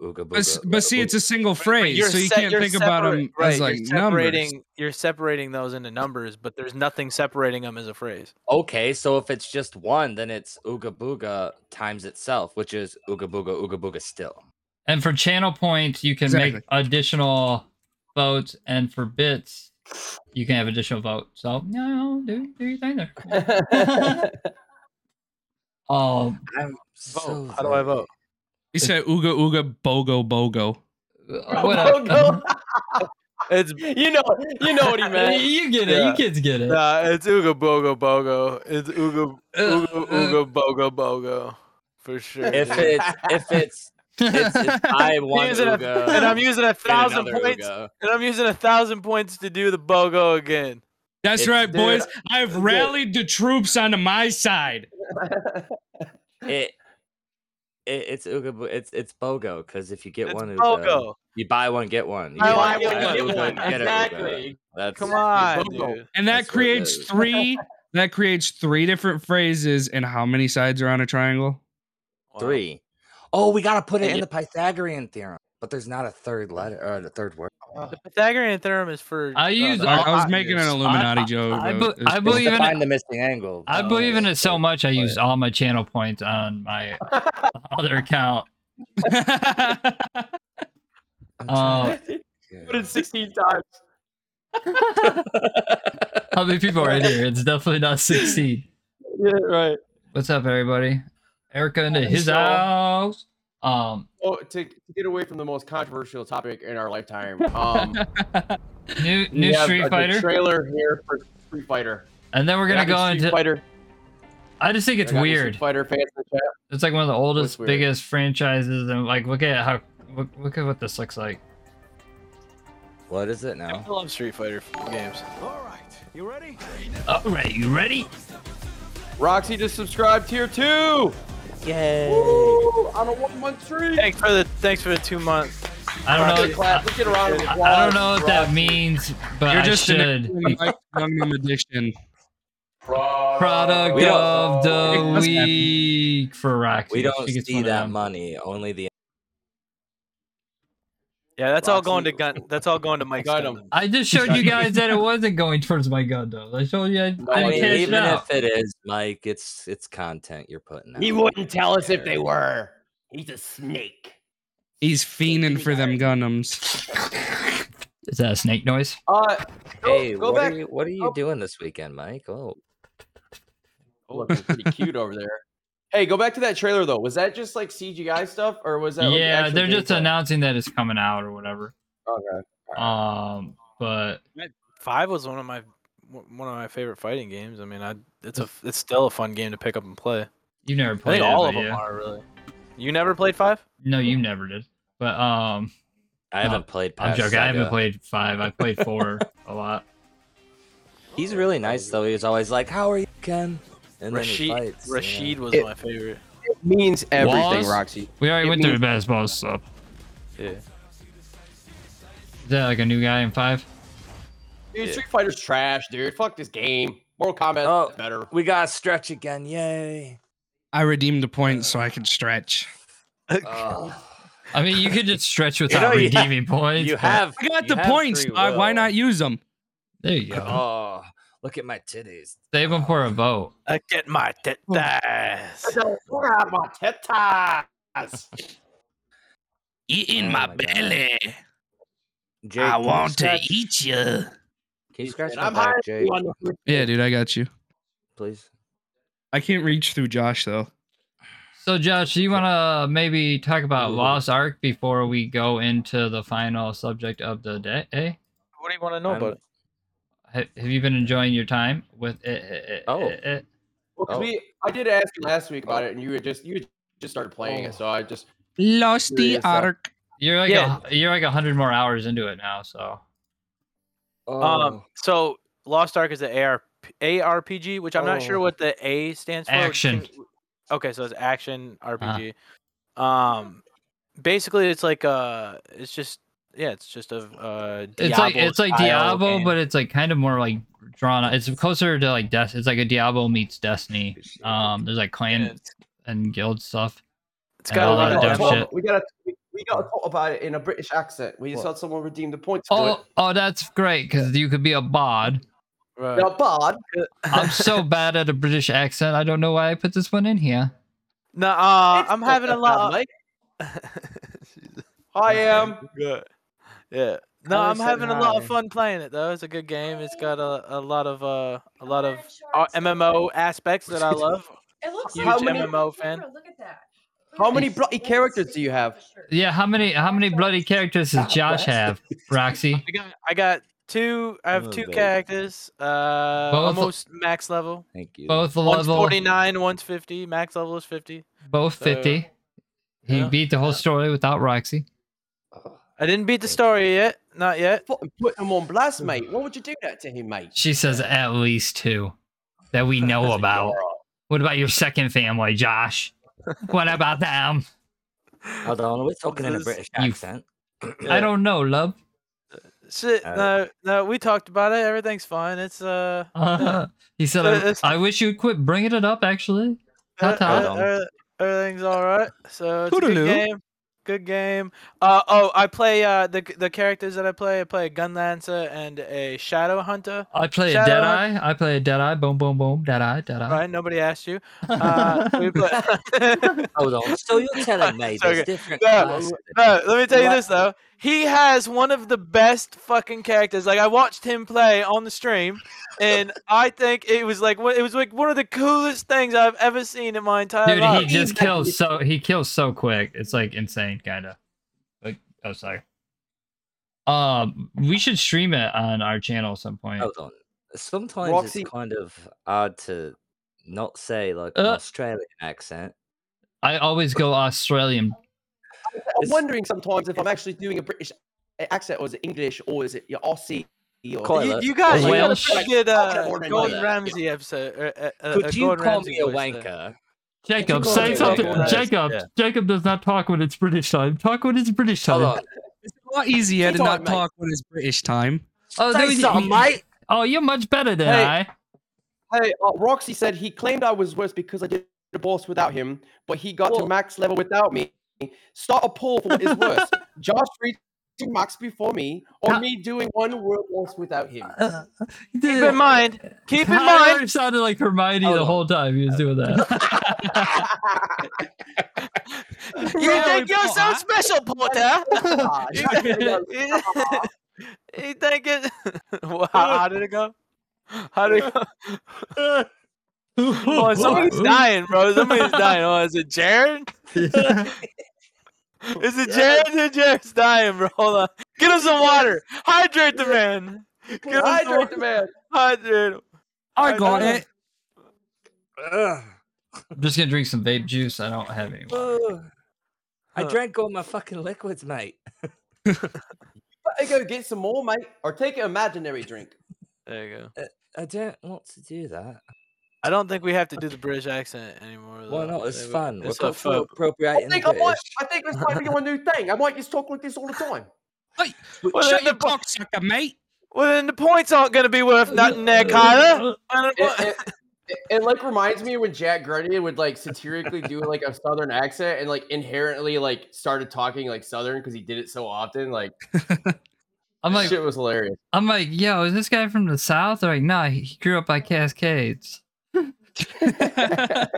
F: Ooga
E: But, s-
F: booga,
E: but
F: ooga
E: see, it's
F: booga.
E: a single
C: But- but
E: phrase,
C: you're
E: so you
C: se-
E: can't
C: you're
E: think about them
C: separate- right,
E: as
C: you're
E: like numbers.
C: separating, You're separating those into numbers, but there's nothing separating them as a phrase.
F: okay. So if it's just one, then it's Ooga Booga times itself, which is Ooga Booga Ooga Booga still.
A: And for channel points, you can make additional votes, and for bits, you can have additional votes. So no, no, do do your thing there. Um,
F: I'm so
C: Vote. How do I
F: sorry.
C: vote?
E: He said ooga ooga bogo bogo.
F: Oh,
A: whatever.
C: It's
D: you know you know what he meant.
A: you get it.
C: Yeah.
A: You kids get it.
C: nah, it's ooga bogo bogo. It's ooga
A: Uh,
C: ooga ooga bogo bogo for sure.
F: If
C: dude.
F: it's if it's it's, it's I want
C: Using a-
F: Ooga
C: and I'm using a
F: and
C: thousand
F: another
C: points,
F: Ooga.
C: and I'm using a thousand points to do the bogo again.
E: That's
F: It's-
E: right,
D: dude,
E: boys. I've
D: dude.
E: rallied the troops onto my side.
F: It, it it's Ooga Bo- it's it's Bogo because if you get
C: It's
F: one Ooga,
C: bogo.
F: you buy one get one. You
C: Buy
F: get
C: one,
F: a
C: get one,
F: Ooga,
C: get
F: Ooga,
C: one.
F: get a Ooga.
D: Exactly.
F: That's
C: Come on,
D: bogo.
C: dude.
E: and that
F: That's what it
E: creates
F: is.
E: three that creates three different phrases and how many sides are on a triangle
C: Wow.
F: three. Oh, we gotta put it
C: And
F: in
C: you-
F: the Pythagorean theorem. But there's not a third letter or the third word.
C: The Pythagorean theorem is for. uh,
A: I use.
E: I, I
A: all-
E: was making an Illuminati
A: I-
E: joke.
A: I
E: though.
A: be-
E: It's-
A: I
F: It's
A: believe
F: to
A: in it.
F: find the missing angle.
A: I
F: No,
A: believe in
F: it's
A: it so
F: like-
A: much. I
F: but-
A: used all my channel points on my other account.
F: I'm
A: Uh,
F: trying to- Yeah.
G: Put it 16 times.
A: How many people are in here? It's definitely not 16.
G: Yeah, right.
A: What's up, everybody? Erica into his
D: So-
A: house. Um,
D: Oh, to, to get away from the most controversial topic in our lifetime. Um,
A: new
D: we
A: new
D: have
A: Street
D: a
A: Fighter,
D: trailer here for Street Fighter.
A: and then we're gonna
D: Got any
A: go
D: Street
A: into.
D: Fighter.
A: I just think it's
D: I got any
A: weird.
D: Street Fighter fans in the chat.
A: It's like one of the oldest,
D: What's weird?
A: biggest franchises, and like look at how look, look at what this looks like.
F: What is it
C: I
F: now?
C: love Street Fighter games.
A: All right, you ready?
D: Roxy just subscribed tier two.
C: Yay!
D: Woo, on a one month streak.
C: Thanks for the thanks for the two months.
A: I
D: Roxy
A: don't know.
D: clap.
A: I,
D: Let's get a round of applause.
A: I don't know what that
D: Roxy.
A: means, but
E: You're
A: I
E: just an
A: should.
E: young addiction.
A: Product
F: We don't-
A: of
E: It
A: the
E: does happen.
A: week for Roxy.
F: We don't
A: She gets
F: see
A: one of
F: that
A: them.
F: money. Only the
C: Yeah, that's all
D: Roxy.
C: going to gun. That's all going to Mike.
D: Got
C: Stone.
D: him.
A: I just showed you guys that it wasn't going towards my gun, though. I showed you I, I
F: I
A: didn't
F: mean,
A: cash
F: even
A: it out.
F: if it is, Mike, it's it's content you're putting out.
G: He wouldn't tell us if they were. He's a snake.
E: He's fiending for them Gundams.
A: Is that a snake noise?
D: Uh, go,
F: Hey,
D: go
F: what,
D: back.
F: Are you, what are you
D: Oh.
F: doing this weekend, Mike? Oh,
D: Oh, looking pretty cute over there. Hey, go back to that trailer though. Was that just like CGI stuff, or was that? like,
A: yeah,
D: actual
A: they're just
D: gameplay?
A: announcing that it's coming out or whatever.
D: Okay.
A: Um, but
C: Five was one of my one of my favorite fighting games. I mean, I it's a it's still a fun game to pick up and play.
A: you've never
C: I
A: played
C: think
A: it,
C: all
A: but
C: of them
A: yeah.
C: are really. You never played five?
A: No, you never did. But um,
F: I
A: No,
F: haven't played.
A: I'm
F: Past
A: joking. I haven't
F: Saga.
A: played five. I played four a lot.
F: He's really nice though. He's always like, "How are you, Ken?" And
C: Rashid
F: then he fights. you know.
C: Rashid was
D: It-
C: my favorite.
D: It means everything,
A: Was?
D: Roxy.
A: We already
D: It
A: went through the
D: means-
A: basketball stuff.
C: Yeah.
A: Is that like a new guy in five?
D: Dude, Street Fighter's trash, dude. Fuck this game. Mortal Kombat
F: Oh.
D: is better.
F: We got a stretch again. Yay!
E: I redeemed a point so I could stretch.
F: Oh,
A: I mean, you could just stretch without
F: know, you ha-
A: redeeming points.
F: you
A: but-
F: have.
E: I got
F: you
E: the
F: have
E: points.
F: free
E: Uh, why
F: will.
E: not use them?
A: There you go.
F: Oh, look at my titties.
A: Save them for a vote.
C: I get my tetas.
G: We're out of my tetas.
E: Eating
F: Oh my my God. belly. Jake, can you scratch-
E: eat you.
F: Can you scratch
G: And
F: my
G: I'm
F: back,
G: hiring
F: Jake?
G: you on the first
E: Yeah, dude, I got you.
F: Please.
E: I can't reach through Josh though.
A: So, Josh, do you want to maybe talk about
F: Ooh.
A: Lost Ark before we go into the final subject of the day? Eh?
C: What do you want to know
F: I'm-
C: about it?
A: Ha- Have you been enjoying your time with it? Eh,
F: Oh.
D: Well, 'cause
F: Oh.
D: we, I did ask you last week about it, and you had just you had just started playing
F: Oh.
D: it, so I just
E: Lost
D: the
E: the
D: Curious, uh,
E: arc.
A: You're like
C: Yeah.
A: a, you're like a hundred more hours into it now. So
F: Oh,
C: Um, so Lost Ark is the AR ARPG, which I'm not sure
F: Oh.
C: what the A stands for.
A: Action.
C: Can- Okay, so it's action RPG.
A: Uh-huh.
C: Um, basically, it's like uh, it's just yeah, it's just a uh.
A: it's like it's like
C: Diablo-style
A: Diablo,
C: game.
A: but it's like kind of more like drawn. out. It's closer to like Death. It's like a Diablo meets Destiny. Um, there's like
C: Yeah,
A: clan
C: it's-
A: and guild stuff.
C: it's
A: and
C: got a
A: all
C: lot
A: that
C: of
A: dumb
C: depth.
A: shit.
D: Well, we gotta we, we gotta talk about it in a British accent. We just
F: What?
D: saw someone redeem the points. for
A: Oh, oh, that's great because you could be a bod.
D: it.
C: Right.
D: Now, Bod,
A: I'm so bad at a British accent. I don't know why I put this one in here.
C: No, uh,
D: it's
C: I'm
D: not
C: having a
D: that bad,
C: lot.
D: Mike. I am.
C: Yeah. Yeah. No,
F: Color
C: I'm
F: said
C: having a lot of
F: hi.
C: fun playing it though. It's a good game. It's got a, a lot of uh, a lot of uh, MMO aspects that I love.
H: It looks
C: Huge
H: like a
C: MMO fan.
H: camera, Look at that. Look
D: How
H: at that.
D: many
G: eh,
D: bloody characters do you have?
A: Yeah, how many how many bloody characters does Josh have, Roxy?
C: I got, I got two. I have
F: Oh,
C: two
F: baby.
C: characters. Uh,
A: Both-
C: almost max level.
F: Thank you.
A: Both
C: One's
A: level,
C: 49, one's 50. Max level is 50.
A: both fifty. He
C: yeah,
A: beat the whole story without Roxy.
F: Oh,
C: I didn't beat the
F: Thank you.
C: story yet. Not yet.
D: Fucking Put him on blast, mate. Why would you do that to him, mate?
A: She says at least two that we know about. What about your second family, Josh? What about them?
F: Hold on, we're talking in a
C: This-
F: British
A: you-
F: accent.
A: I don't know, love.
C: Shit.
F: Uh,
C: No, no. We talked about it. Everything's fine. It's uh.
A: he said, I,
C: It's-
A: I wish you'd quit bringing it up, actually.
C: Uh,
A: Ta-ta.
C: uh, uh, everything's all right. So it's a
E: Toodaloo.
C: good game. Good game. Uh oh, I play uh the the characters that I play. I play a Gunlancer and a Shadow Hunter.
A: I play a
C: Shadow
A: dead
C: Hunt-
A: eye. I play a dead eye. Boom, boom, boom. Dead eye, dead eye.
C: Right? Nobody asked you. Uh, we play-
F: Hold on. So you're telling me
C: It's
F: there's
C: okay.
F: different
C: No,
F: classes.
C: No, let me tell you
F: What-
C: this though. He has one of the best fucking characters. Like I watched him play on the stream, and I think it was like one- it was like one of the coolest things I've ever seen in my entire
A: Dude,
C: life.
A: he just kills so he kills so quick. It's like insane, kind of. Like, oh, sorry. Um, we should stream it on our channel at some point.
C: Oh.
F: Hold on. Sometimes
D: Roxy-
F: it's kind of hard to not say like an
A: Uh.
F: Australian accent.
A: I always go Australian.
G: I'm
F: It's-
G: wondering sometimes if I'm actually doing a British accent or is it English or is it your RC? Or...
F: Quite
C: You,
F: Toilet.
C: you guys, you gotta
A: Welsh.
C: get uh,
G: Ordinary.
C: Gordon Ramsay episode. Or, uh, uh,
F: Could
C: uh,
F: you
C: Gordon
F: call
C: Ramsay
F: me a
C: voice uh, there.
F: wanker?
A: Jacob,
F: call
A: say
F: it
A: something.
F: Jacob.
A: Jacob,
F: Yeah.
A: Jacob does not talk when it's British time. Talk when it's British
F: Hold
A: time.
F: on.
E: It's a lot easier to
G: Keep
E: not
G: on, mate.
E: talk when it's British time.
A: Oh,
F: Say
A: there you-
F: something, mate.
A: oh, you're much better than
D: Hey.
A: I.
G: Hey, uh, Roxy said he claimed I was worse because I did the boss without him, but he got
F: Well-
G: to max level without me. Start a poll for what is worse: Josh reaching max before me, or
A: How-
G: me doing one world boss without him.
A: Uh,
C: Keep in mind. Keep in
A: Tyler
C: mind.
A: sounded like Hermione
F: Hold
A: the
F: on.
A: whole time he was doing that.
C: You
E: Yeah,
C: think
E: we
C: you're so
E: thought.
C: special, Porter?
G: Ah,
C: you, you- you think it? Well, how, how did it go? How did it go? Oh, somebody's dying, bro. Somebody's dying. Oh, is it Jared? Is it Jared? Dude, Jared's dying, bro. Hold on. Get him some water. Hydrate the man. Get him some
G: Hydrate
C: water.
G: the man.
C: Hydrate him.
E: I got
C: know.
E: it.
A: I'm just gonna drink some vape juice. I don't have any. water.
F: Ugh. I
C: Huh.
F: drank all my fucking liquids, mate.
G: Better go get some more, mate, or take an imaginary drink.
C: There you go.
F: I don't want to do that.
C: I don't think we have to do the British accent anymore. Though.
F: Why not? It's
C: Like, we-
F: fun. We're
C: It's a
F: cultural
C: fun.
G: I
F: appropriating the
G: think I might.
F: British.
G: I think it's might be my new thing. I might just talk like this all the time.
C: Well, then
E: Shut your
C: the po-
E: cocksucker, mate.
C: Well, then the points aren't going to be worth nothing there, Kyler. I don't
D: It,
C: know-
D: it- it- it, like reminds me when Jack Grundy would like satirically do like a southern accent and like inherently like started talking like southern because he did it so often. Like,
A: I'm like,
D: shit was hilarious.
A: I'm like, yo, is this guy from the south? They're like, nah, he- he grew up by Cascades.
E: Now,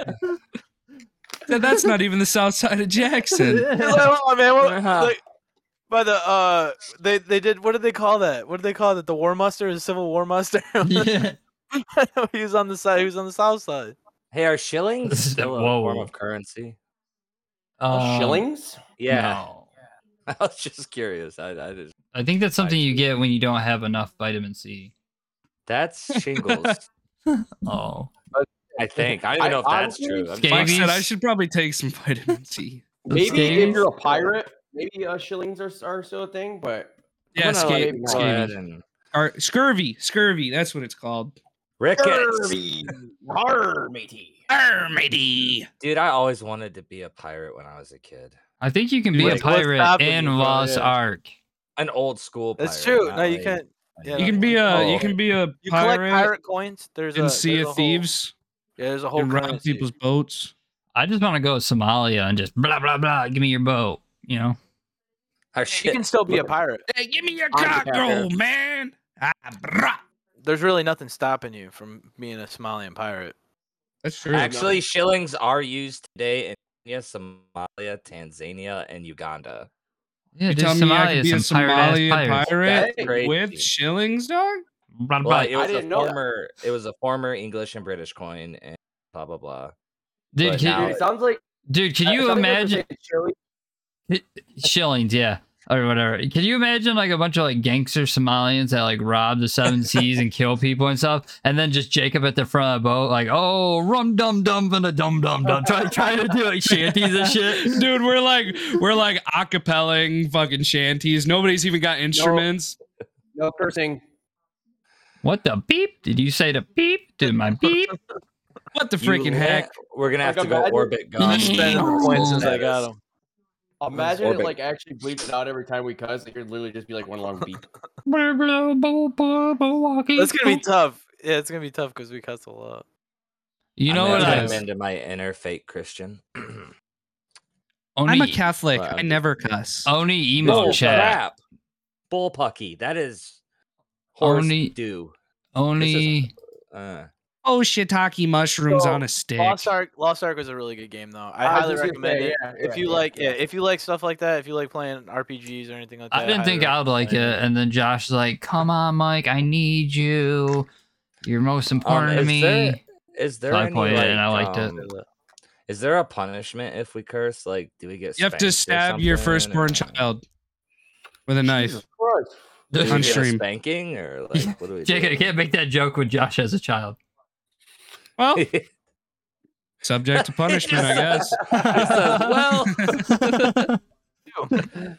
E: That's not even the south side of Jackson.
C: Like, hold on, man. What-
F: Uh-huh.
C: like, by the uh, they they did. What did they call that? What did they call that? The war muster is Civil War muster.
A: yeah.
C: he was on the side. He was on the south side.
F: Hey, are shillings
A: This is-
F: still a form
A: whoa.
F: of currency?
A: Um,
D: Shillings?
F: Yeah,
A: no.
F: I was just curious. I, I just,
A: I think that's something you get when you don't have enough vitamin C.
F: that's shingles.
A: Oh.
F: I think. I don't even know if that's
D: honestly,
F: true. I'm
E: Mike
A: Scabies?
E: said I should probably take some vitamin C.
D: Maybe if
A: Shillings?
D: you're a pirate, maybe uh, shillings are, are still a thing, but
E: Yeah,
F: gonna, like,
E: sca-
D: maybe
F: go ahead
E: scabies.
F: and-
E: Or scurvy, scurvy. That's what it's called.
F: Rickets.
G: Scurvy. Arr, matey.
E: Arr, matey.
F: Dude, I always wanted to be a pirate when I was a kid.
A: I think you can
E: Dude,
A: be a
C: like, what's
A: pirate
C: happening,
A: in
C: bro?
A: Lost
C: Yeah.
A: Ark.
F: An old school pirate.
C: That's true.
F: not
C: No, you
F: like-
C: can't. yeah,
E: You can be a
D: Oh.
E: you can be a
C: You collect
E: pirate,
C: pirate, coins. There's
E: in
C: a
E: Sea
C: there's a
E: of
C: whole-
E: Thieves
C: yeah, there's a whole
E: and rob
C: currency.
E: people's boats.
A: I just want to go to Somalia and just blah blah blah. Give me your boat. You know.
F: Our
C: You
F: shit.
C: can still be a pirate.
E: Hey, give me your
D: I'm the captain.
E: man. Ah, bruh.
C: There's really nothing stopping you from being a Somalian pirate.
E: That's true.
F: Actually, shillings are used today in Kenya, Somalia, Tanzania, and Uganda.
A: Yeah,
E: you
A: dude,
E: tell me I
A: Somalia
E: could be a
A: is some pirate-ass
E: Somalian
A: pirates.
E: pirate
F: That's crazy.
E: with shillings, dog?
A: Blah, blah,
F: Well,
A: blah.
F: it was
D: didn't
F: a
D: know that.
F: former. It was a former English and British coin, and blah blah blah.
A: dude,
F: but
A: can,
F: now-
D: Dude, it sounds like.
A: dude, can
D: it
A: you
D: sounds like we're
A: imagine
D: saying shilling-
A: shillings? Yeah, or whatever. Can you imagine like a bunch of like gangster Somalians that like rob the seven seas and kill people and stuff, and then just Jacob at the front of the boat, like, oh, rum dum dum and a dum dum dum, trying trying to do like shanties and shit.
E: Dude, we're like we're like acapelling fucking shanties. Nobody's even got instruments.
D: No cursing.
A: What the beep? Did you say the beep? Dude, my beep.
E: What the
F: You
E: freaking
F: la-
E: heck?
F: We're gonna
D: Like,
F: have to go
D: imagine-
F: orbit
A: I'm
F: God.
A: spending the
C: Coins since I got 'em.
D: Imagine it
F: Orbit.
D: like actually bleeps it out every time we cuss. It could literally just be like one long beep.
A: Blah, blah, blah, blah, blah, walkie.
C: That's gonna be tough. Yeah, it's gonna be tough because we cuss a lot.
A: You know
F: I'm
A: what
F: gonna
A: I?
F: tap into my inner fake Christian.
A: Oni,
E: I'm a Catholic.
F: Well,
E: I never cuss.
A: Oni emo
F: Bull
A: chat.
F: crap. Bullpucky. That is horse
A: Only-
F: do.
A: Oni.
F: Uh,
E: Oh, shiitake mushrooms
C: So,
E: on a stick.
C: Lost Ark. Lost Ark was a really good game, though. I,
G: I was
C: highly
G: just gonna
C: recommend
G: say,
C: it.
G: yeah,
C: if
G: yeah,
C: you
G: yeah,
C: like, yeah.
G: yeah.
C: if you like stuff like that, if you like playing RPGs or anything like that,
A: I didn't think
C: highly
A: I would like it,
C: recommend
A: and then Josh is like, "Come on, Mike, I need you. You're most important to
F: is
A: me."
F: there- is there
A: So I
F: any,
A: played
F: like,
A: it and I liked it.
F: um, Is there a punishment if we curse? Like, do we get?
E: You have to
F: spanked or
E: stab your
F: something,
E: firstborn
F: or-
E: child with a knife.
G: Jesus Christ.
F: Do we
E: on
F: get a
E: stream.
F: spanking or like what do we?
A: Jacob, I
F: do?
A: can't make that joke with Josh as a child.
E: Well, subject to punishment, I guess.
F: He says, well,
C: it.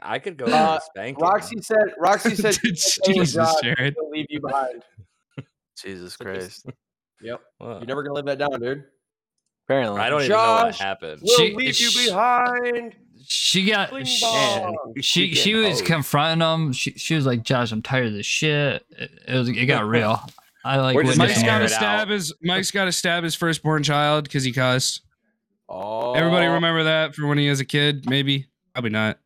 F: I could go
G: Uh,
F: uh, spanking.
G: Roxy said. Roxy said. she said, "Hey,
E: Jesus,
G: Josh,
E: Jared.
G: we'll leave you behind.
C: Jesus
G: So just-
C: Christ!
G: Yep.
F: Well,
G: You're never gonna live that down, dude.
C: Apparently,
F: I don't even know what
G: Josh,
F: happened.
G: We'll
A: She-
G: leave you
A: sh-
G: behind.
A: she
G: Bling
A: got she,
G: bong.
A: she,
F: getting
A: she was
F: hosed.
A: confronting him. She, she was like, "Josh, I'm tired of this shit." It, it was it got real. I like
F: We're just
A: witnessed
E: Mike's
F: gonna
A: it.
E: got to
F: it out.
E: stab his Mike's got to stab his firstborn child because he cussed.
G: Oh,
E: Everybody remember that for when he was a kid, maybe, probably not.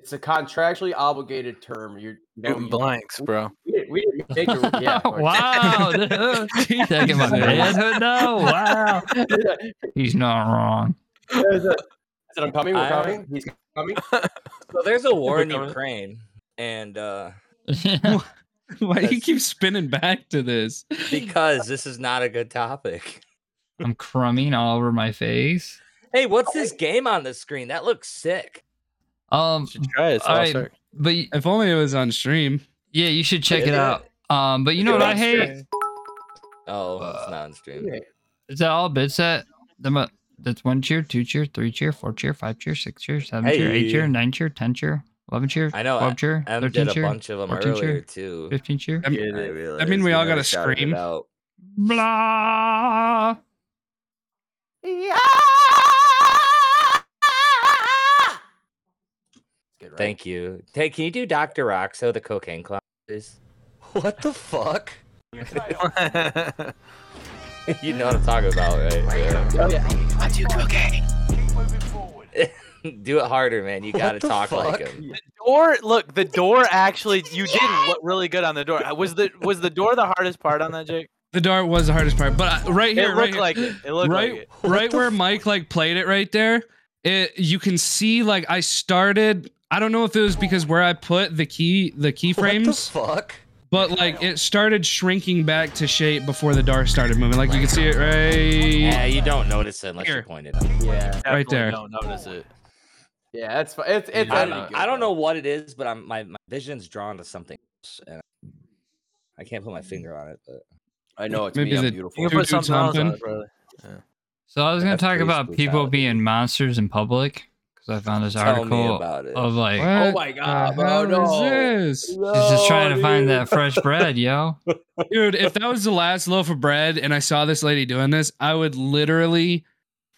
G: It's a contractually obligated term. You're no,
C: Shooting
G: you-
C: blanks, bro.
G: we, didn't- we didn't make it. Yeah,
A: wow, dude. taking my manhood now. Wow, he's not wrong.
G: There's a- I said, I'm coming. We're
F: I-
G: coming. He's coming.
F: So there's a war in
C: Becoming-
F: Ukraine, and uh,
E: Why do you
F: That's-
E: keep spinning back to this?
F: because this is not a good topic.
A: I'm crumbing all over my face.
F: Hey, what's this game on the screen? That looks sick.
A: Um,
C: Should try it. It's
A: All
C: Lost
A: right.
C: Ark.
A: but y-
E: If only it was on stream.
A: yeah, you should check
F: Is
A: it
F: it?
A: out. Um, but you
F: Is
A: know
F: it
A: what I
F: on
A: hate?
F: stream? Oh,
A: Uh,
F: it's not on stream.
G: yeah.
A: Is that all bit set? The mo- That's one cheer, two cheer, three cheer, four cheer, five cheer, six cheer, seven cheer, eight cheer,
F: Hey.
A: nine cheer, ten cheer, eleven cheer,
F: I know,
A: twelve cheer,
F: Em
A: thirteen
F: did a
A: cheer,
F: bunch of them
A: 14 cheer,
F: earlier too.
A: fifteen cheer.
E: I mean-
F: I
E: mean,
F: realized
E: we all gotta
F: never shouted it
E: scream.
F: out.
A: Blah.
G: Good, right?
F: Thank you. Hey, can you do Dr. Roxo, the cocaine clown, please? What the fuck? you know what I'm talking about, right? Yeah. do it harder, man. You gotta talk like him.
C: Door, look, the door actually, you did look really good on the door. Uh, Was the was the door the hardest part on that, Jake?
E: The dart was the hardest part, but I, right
C: It
E: here,
C: looked
E: right here,
C: like it. It looked
E: right,
C: like it.
E: right where Mike like played it right there. It you can see like I started. I don't know if it was because where I put the key, the keyframes,
F: fuck?
E: but like it started shrinking back to shape before the dart started moving. Like you can see it right.
F: Yeah, you don't notice it unless
E: Here.
F: you point it out.
G: Yeah,
E: Right
C: Definitely
E: there.
C: Don't notice it.
G: yeah, that's fine. It's it's.
F: I
G: edited
F: don't,
G: good,
F: I don't
G: though.
F: know what it is, but I'm my, my vision's drawn to something else, and I can't put my finger on it, but
G: Mm-hmm. I know it's
E: Maybe
G: me. I'm
E: the-
G: beautiful.
C: You can put
E: Choo-choo
C: something else on
E: something.
C: it, brother.
A: So I was gonna
F: That's
A: talk
F: police
A: about people
F: brutality.
A: being monsters in public because I found this
F: tell me
A: article
F: about it.
A: of like
G: Oh
E: What
G: my
E: the
G: god, bro!
E: hell
G: No.
E: is this?
A: she's just trying
G: No,
A: to find
G: dude.
A: that fresh bread, yo.
E: Dude, if that was the last loaf of bread and I saw this lady doing this, I would literally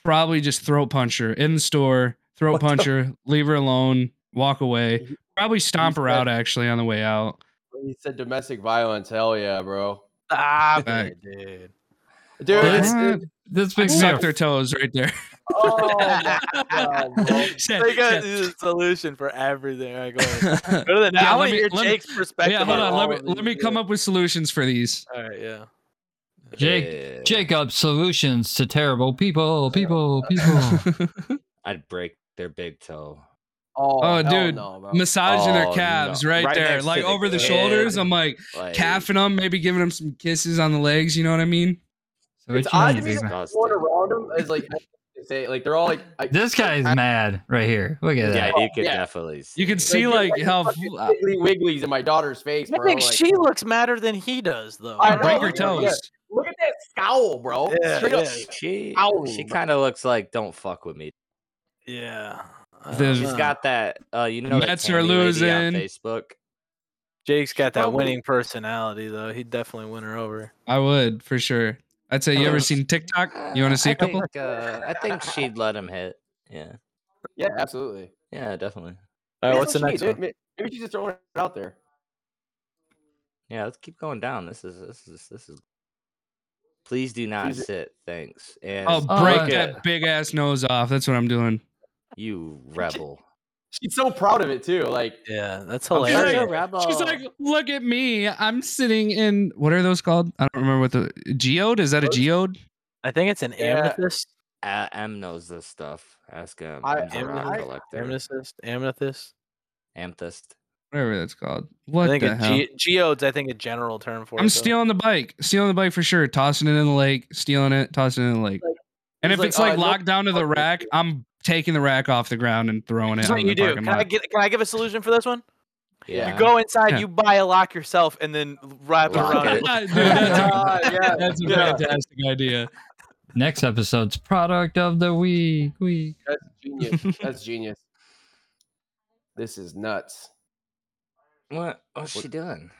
E: probably just throat punch her in the store, throat punch her, leave her alone, walk away. Probably stomp her out actually on the way out.
G: He said domestic violence. Hell yeah, bro.
C: Stop
E: Back.
C: it, dude.
G: Dude,
A: That's-
G: it's- it's-
A: This
E: I
A: makes me
E: sucked their toes right there.
G: oh my god, bro.
E: Shit,
C: They got
E: shit.
C: a solution for everything. All right, go ahead. Go to the next. I
E: Yeah, let
C: want
E: me-
C: to hear
E: let me-
C: Jake's perspective.
E: yeah, hold
C: on
E: on.
C: all
E: Let
C: of
E: me
C: these,
E: let me come
C: Oh, yeah.
E: up with solutions for these.
C: All right, yeah.
A: Jake
F: Yeah.
A: Jacob solutions to terrible people, people, people.
F: I'd break their big toe.
G: Oh,
E: Oh,
G: hell
E: dude.
G: no, bro.
E: Massaging their
F: Oh,
E: calves
F: no.
E: right,
F: Right
E: there,
F: next
E: like
F: to the
E: over the
F: kid.
E: shoulders. I'm like
F: Like,
E: caffing them, maybe giving them some kisses on the legs. You know what I mean?
A: So what
G: It's
A: you
G: odd
A: mean,
G: to me
A: Big Mac?
G: Everyone around him is like, they say, like they're all like, I-
A: This guy's mad right here. Look at
F: Yeah,
A: that.
F: you could
G: Yeah.
F: definitely. See
E: You can
F: it.
E: see
G: you're
E: like
G: like
E: how
G: fucking wiggly wigglies in my daughter's face,
C: I
G: bro.
C: think
G: like,
C: she looks madder than he does, though.
G: I
C: I
G: know.
E: uh, break
C: don't
E: your
G: Breaker
C: know.
E: toes.
G: yeah. look at that scowl, bro.
C: Yeah,
G: Straight up.
C: yeah.
F: She
G: Ow.
F: she kind of looks like don't fuck with me.
C: Yeah. I
E: The-
C: don't
F: She's
C: know.
F: got that. Uh, you know, that
E: Mets are
F: Tammy lady on
E: losing.
F: Facebook.
C: Jake's got that
G: Probably.
C: winning personality, though. He'd definitely win her over.
E: I would for sure. I'd say you ever
F: Oh.
E: seen TikTok? You want to see
F: a
E: a couple?
F: I think she'd let him hit. Yeah,
G: Yeah, absolutely.
F: yeah, definitely.
C: All right,
G: Maybe
C: what's the
G: that's what
C: next
G: she
C: one?
G: did. May- Maybe she's just throwing it out there.
F: Yeah, let's keep going down. This is this is this is. Please do not
G: Jesus.
F: sit. Thanks. And
E: Oh,
A: Oh,
E: break
A: uh,
E: that big ass nose off. That's what I'm doing.
F: You rebel.
G: She's so proud of it too. Like
C: Yeah, that's
G: I'm
E: sure
C: hilarious.
E: you-
G: She's
E: She's She's like, look at me. I'm sitting in what are those called? I don't remember what the geode is. That a geode?
C: I think it's an
G: Yeah.
C: amethyst.
F: A- M knows this stuff. Ask him.
G: I-
F: He's a
C: I-
F: rock
C: I-
F: collector.
C: Amethyst. Amethyst.
F: Amethyst.
E: Whatever that's called.
C: I
E: What
C: think
E: the
C: a
E: hell?
C: ge- geode's. I think a general term for it.
E: I'm
C: though.
E: stealing the bike. Stealing the bike for sure. Tossing it in the lake. Stealing it. Tossing it in the lake.
C: Like,
E: and
C: he's
E: if
C: like,
E: it's like
C: "Oh, no-
E: locked down to the
C: fuck with
E: rack,
C: you."
E: I'm taking the rack off the ground and throwing it.
C: That's
E: out
C: what
E: in
C: you
E: the
C: do.
E: parking
C: Can
E: lot.
C: I get? Can I give a solution for this one?
F: Yeah.
C: You go inside,
E: Yeah.
C: you buy a lock yourself, and then wrap it
F: Lock
C: around.
F: it.
C: it.
E: Dude, that's a-
G: Ah, yeah,
E: That's a
G: yeah.
E: fantastic idea.
A: Next episode's product of the week. Week.
G: That's genius. That's genius. This is nuts.
F: What? What's
G: What-
F: she doing?